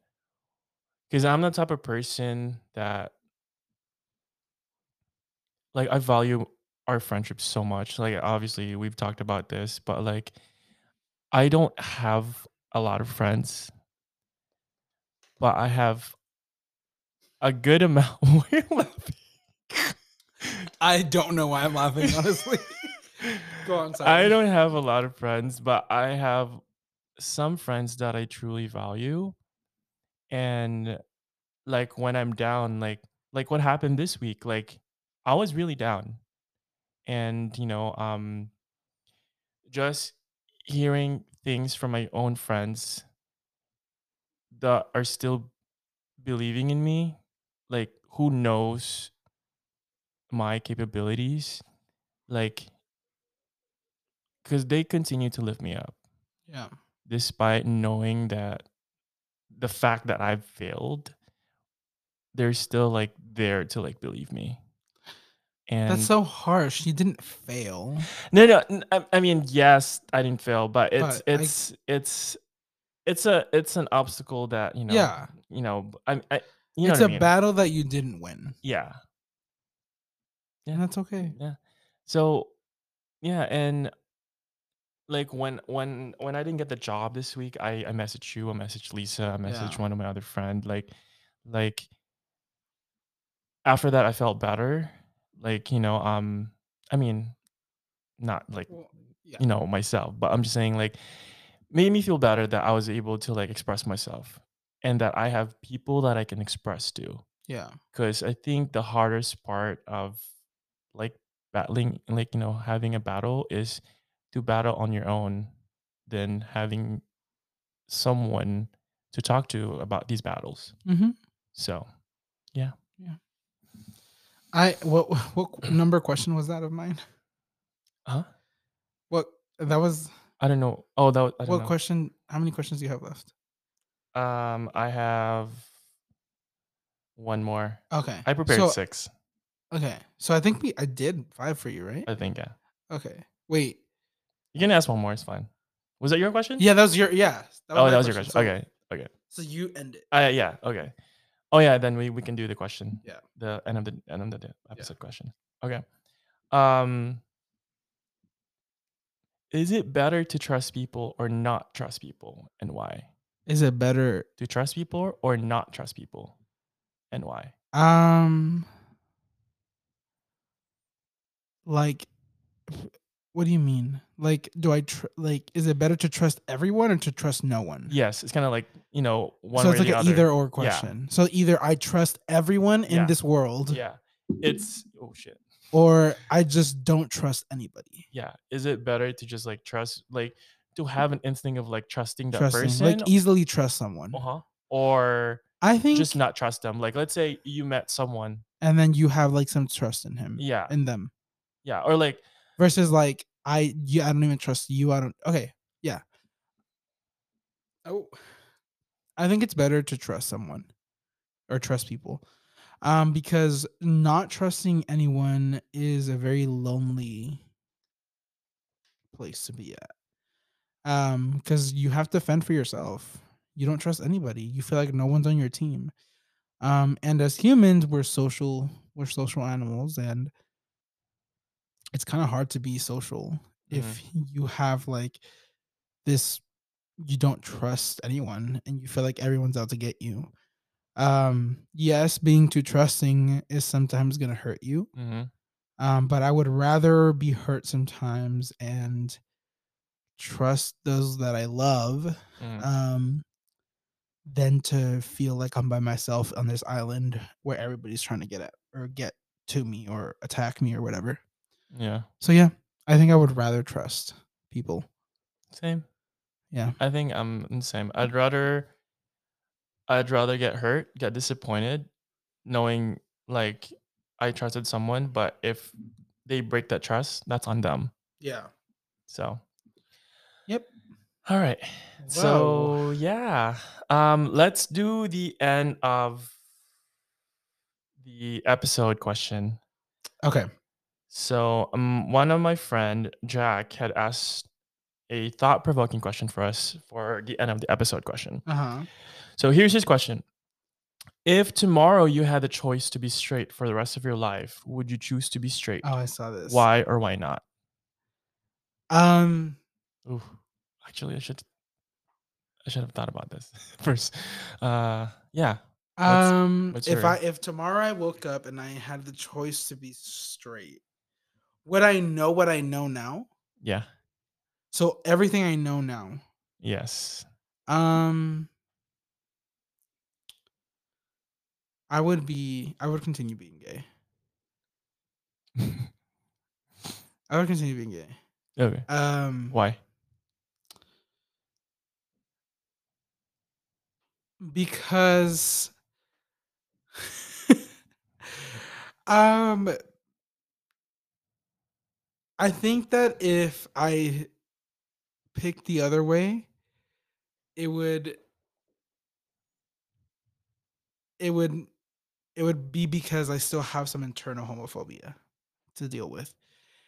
Speaker 2: because I'm the type of person that like I value our friendship so much. Like obviously we've talked about this, but like I don't have a lot of friends, but I have a good amount. Why are you laughing?
Speaker 1: I don't know why I'm laughing, honestly. Go on,
Speaker 2: I
Speaker 1: sorry.
Speaker 2: don't have a lot of friends, but I have some friends that I truly value. And like when I'm down, like like what happened this week, like I was really down. And you know, um just hearing things from my own friends that are still believing in me, like who knows my capabilities, like because they continue to lift me up
Speaker 1: yeah.
Speaker 2: despite knowing that the fact that I've failed, they're still like there to like believe me. And
Speaker 1: That's so harsh. You didn't fail.
Speaker 2: no, no. n- I, I mean, yes, I didn't fail, but it's
Speaker 1: But I-
Speaker 2: it's it's it's a it's an obstacle that you know.
Speaker 1: yeah.
Speaker 2: You know, b- I, I you know
Speaker 1: it's
Speaker 2: what I
Speaker 1: a
Speaker 2: mean.
Speaker 1: battle that you didn't win.
Speaker 2: yeah.
Speaker 1: And that's okay.
Speaker 2: Yeah. So, yeah, and like when when when I didn't get the job this week, I I messaged you, I messaged Lisa, I messaged
Speaker 1: Yeah.
Speaker 2: one of my other friend. Like, like after that, I felt better. Like you know, um, I mean, not like
Speaker 1: Well, yeah.
Speaker 2: you know myself, but I'm just saying like made me feel better that I was able to like express myself and that I have people that I can express to
Speaker 1: Yeah.
Speaker 2: because I think the hardest part of like battling, like you know, having a battle is to battle on your own than having someone to talk to about these battles.
Speaker 1: Mm-hmm.
Speaker 2: So
Speaker 1: I what what number question was that of mine?
Speaker 2: huh?
Speaker 1: What that was
Speaker 2: I don't know. Oh, that was, I don't
Speaker 1: what
Speaker 2: know.
Speaker 1: question? How many questions do you have left?
Speaker 2: Um, I have one more.
Speaker 1: Okay,
Speaker 2: I prepared
Speaker 1: so,
Speaker 2: six.
Speaker 1: Okay, so I think we I did five for you, right?
Speaker 2: I think. Yeah,
Speaker 1: Okay, wait,
Speaker 2: you can ask one more. It's fine. Was that your question?
Speaker 1: yeah, that was your yeah.
Speaker 2: oh,
Speaker 1: my
Speaker 2: that was your question.
Speaker 1: so-
Speaker 2: okay. Okay.
Speaker 1: so you end it.
Speaker 2: Uh, yeah. Okay. Oh yeah. Then we, we can do the question.
Speaker 1: Yeah.
Speaker 2: The end of the end of the d- episode question. Okay. Um. Is it better to trust people or not trust people, and why?
Speaker 1: Is it better?
Speaker 2: To trust people or not trust people, and why?
Speaker 1: Um, like, what do you mean? Like, do I tr- like? Is it better to trust everyone or to trust no one?
Speaker 2: Yes, it's kind of like you know one
Speaker 1: Mm. so
Speaker 2: way
Speaker 1: it's
Speaker 2: or
Speaker 1: like
Speaker 2: the
Speaker 1: an
Speaker 2: other.
Speaker 1: either or question. So either I trust everyone in
Speaker 2: Yeah.
Speaker 1: this world,
Speaker 2: Yeah. It's oh shit.
Speaker 1: or I just don't trust anybody.
Speaker 2: Yeah. Is it better to just like trust like to have an instinct of like trusting that
Speaker 1: Trusting,
Speaker 2: person?
Speaker 1: like e easily trust someone.
Speaker 2: uh-huh. Or
Speaker 1: I think,
Speaker 2: just not trust them. Like let's say you met someone.
Speaker 1: and then you have like some trust in him,
Speaker 2: Yeah.
Speaker 1: in them,
Speaker 2: Yeah. Or like
Speaker 1: versus like I, yeah, I don't even trust you. I don't. Okay, yeah. Oh, I think it's better to trust someone, or trust people, um, because not trusting anyone is a very lonely place to be at. Um, because you have to fend for yourself. You don't trust anybody. You feel like no one's on your team. Um, and as humans, we're social. We're social animals, and it's kind of hard to be social if you have like this. You don't trust anyone, and you feel like everyone's out to get you. Um, yes, being too trusting is sometimes gonna hurt you
Speaker 2: mhm,
Speaker 1: um, but I would rather be hurt sometimes and trust those that I love
Speaker 2: mhm.
Speaker 1: um, than to feel like I'm by myself on this island where everybody's trying to get at or get to me or attack me or whatever.
Speaker 2: yeah.
Speaker 1: So yeah, I think I would rather trust people.
Speaker 2: Same.
Speaker 1: Yeah. Mm.
Speaker 2: I think I'm the same. I'd rather I'd rather get hurt, get disappointed, knowing like I trusted someone, but if they break that trust, that's on them.
Speaker 1: Yeah.
Speaker 2: So
Speaker 1: Yep.
Speaker 2: All right. So yeah, um, let's do the end of the episode question.
Speaker 1: okay,
Speaker 2: So um, one of my friend Jack had asked a thought-provoking question for us for the end of the episode question.
Speaker 1: uh huh.
Speaker 2: So here's his question: If tomorrow you had the choice to be straight for the rest of your life, would you choose to be straight?
Speaker 1: Oh, I saw this.
Speaker 2: why or why not?
Speaker 1: Um,
Speaker 2: Ooh, actually, I should I should have thought about this first. Uh, yeah. What's-
Speaker 1: Um,
Speaker 2: what's
Speaker 1: if
Speaker 2: your-
Speaker 1: I if tomorrow I woke up and I had the choice to be straight, would I know what I know now?
Speaker 2: Yeah.
Speaker 1: So everything I know now.
Speaker 2: Yes.
Speaker 1: Um, I would be. I would continue being gay. I would continue being gay.
Speaker 2: okay.
Speaker 1: Um,
Speaker 2: Why?
Speaker 1: because um i think that if i picked the other way it would it would it would be because i still have some internal homophobia to deal with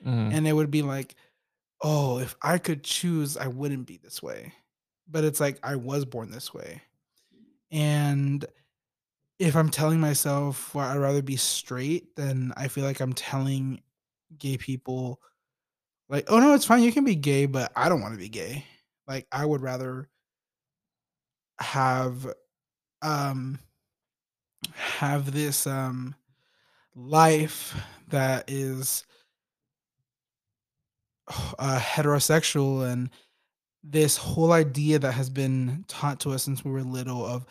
Speaker 2: Mm,
Speaker 1: and it would be like oh if i could choose i wouldn't be this way but it's like i was born this way and if i'm telling myself well i'd rather be straight then i feel like i'm telling gay people like oh no it's fine you can be gay but i don't want to be gay like i would rather have um have this um life that is uh, heterosexual and this whole idea that has been taught to us since we were little of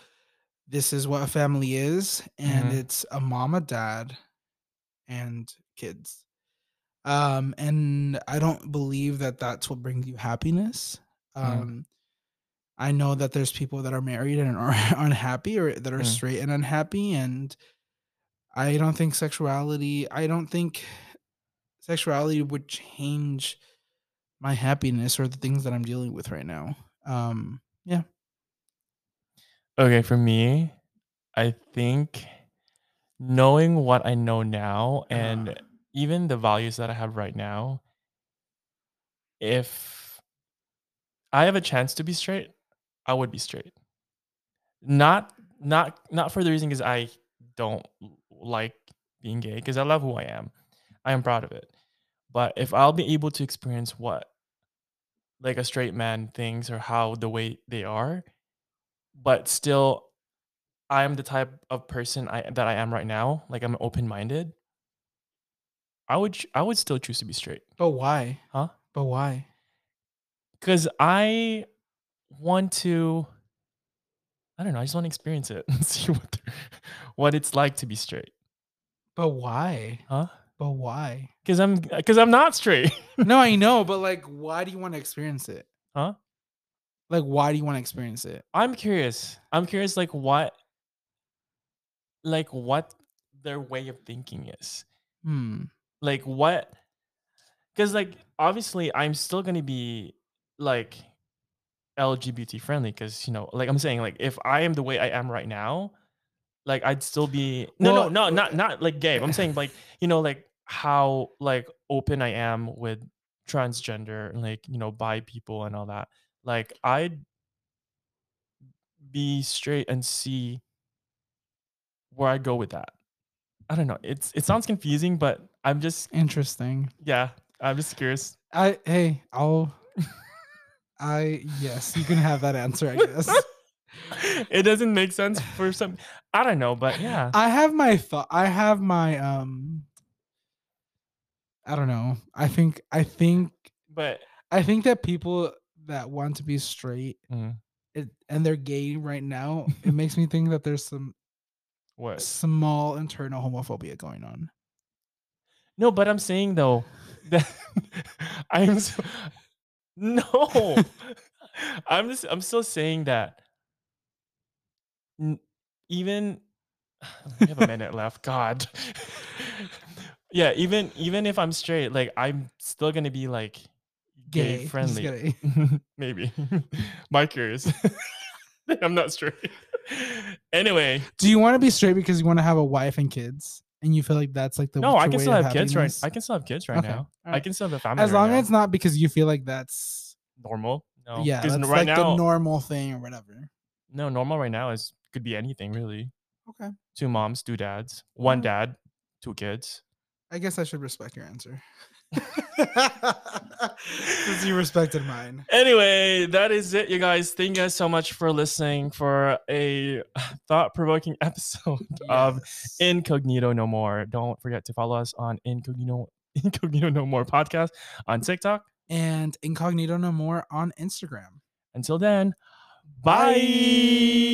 Speaker 1: this is what a family is and
Speaker 2: Mhm.
Speaker 1: it's a mom a dad and kids um and i don't believe that that's what brings you happiness
Speaker 2: Mhm.
Speaker 1: Um, I know that there's people that are married and are unhappy, or that are
Speaker 2: Mhm.
Speaker 1: straight and unhappy, and I don't think sexuality. I don't think sexuality would change my happiness or the things that I'm dealing with right now. Um,
Speaker 2: Okay, for me, I think knowing what I know now and even the values that I have right now, if I have a chance to be straight, I would be straight. Not not not for the reason because I don't like being gay because I love who I am. I am proud of it. But if I'll be able to experience what like a straight man thinks or how the way they are, but still I am the type of person I that I am right now, like I'm open-minded. I would ch- I would still choose to be straight
Speaker 1: but why?
Speaker 2: Huh?
Speaker 1: But why?
Speaker 2: cuz I want to I don't know, I just want to experience it and see what the- what it's like to be straight,
Speaker 1: But why?
Speaker 2: huh?
Speaker 1: But why?
Speaker 2: Cuz I'm cuz I'm not straight.
Speaker 1: No, I know, but like, why do you want to experience it?
Speaker 2: Huh?
Speaker 1: Like, why do you want to experience it?
Speaker 2: I'm curious. I'm curious like what like what their way of thinking is.
Speaker 1: Hmm.
Speaker 2: like what because like obviously i'm still gonna be like lgbt friendly because you know like i'm saying like if i am the way i am right now like i'd still be no
Speaker 1: Well,
Speaker 2: no no
Speaker 1: uh,
Speaker 2: not not like gay i'm saying like you know like how like open i am with transgender and like you know bi people and all that like i'd be straight and see where i go with that i don't know it's it sounds confusing but i'm just
Speaker 1: Interesting.
Speaker 2: yeah, I'm just curious.
Speaker 1: I hey, I'll. I yes, you can have that answer. I
Speaker 2: Uh-huh.
Speaker 1: guess
Speaker 2: it doesn't make sense for some. I don't know, but yeah.
Speaker 1: I have my thought. I have my um. I don't know. I think I think
Speaker 2: But
Speaker 1: I think that people that want to be straight
Speaker 2: Mm.
Speaker 1: it, and they're gay right now, it makes me think that there's some
Speaker 2: what?
Speaker 1: small internal homophobia going on.
Speaker 2: No, but I'm saying though that I'm so, no. I'm just I'm still saying that. n- Even we have a minute left. God. yeah, even even if I'm straight, like I'm still gonna be like
Speaker 1: Gay,
Speaker 2: gay
Speaker 1: just
Speaker 2: friendly.
Speaker 1: kidding.
Speaker 2: Maybe. My curious. I'm not straight. anyway,
Speaker 1: Do you want to be straight because you want to have a wife and kids, and you feel like that's like the
Speaker 2: no, I
Speaker 1: true
Speaker 2: can
Speaker 1: way
Speaker 2: still
Speaker 1: of
Speaker 2: have kids right.
Speaker 1: happiness?
Speaker 2: I can still have kids right
Speaker 1: Okay,
Speaker 2: now. I
Speaker 1: alright.
Speaker 2: can still have a family.
Speaker 1: as
Speaker 2: right
Speaker 1: long
Speaker 2: now.
Speaker 1: as it's not because you feel like that's
Speaker 2: normal. No.
Speaker 1: yeah,
Speaker 2: 'Cause
Speaker 1: that's
Speaker 2: n-
Speaker 1: like
Speaker 2: right now,
Speaker 1: the normal thing or whatever.
Speaker 2: no, normal right now is could be anything really.
Speaker 1: Okay,
Speaker 2: Two moms, two dads, one
Speaker 1: Alright.
Speaker 2: dad, two kids.
Speaker 1: I guess I should respect your answer. Since you respected mine.
Speaker 2: Anyway, that is it, you guys. Thank you guys so much for listening for a thought-provoking episode of
Speaker 1: Yes.
Speaker 2: Incognito No More. Don't forget to follow us on Incognito Incognito No More podcast on TikTok.
Speaker 1: and incognito no more on Instagram.
Speaker 2: Until then, bye.
Speaker 1: Bye.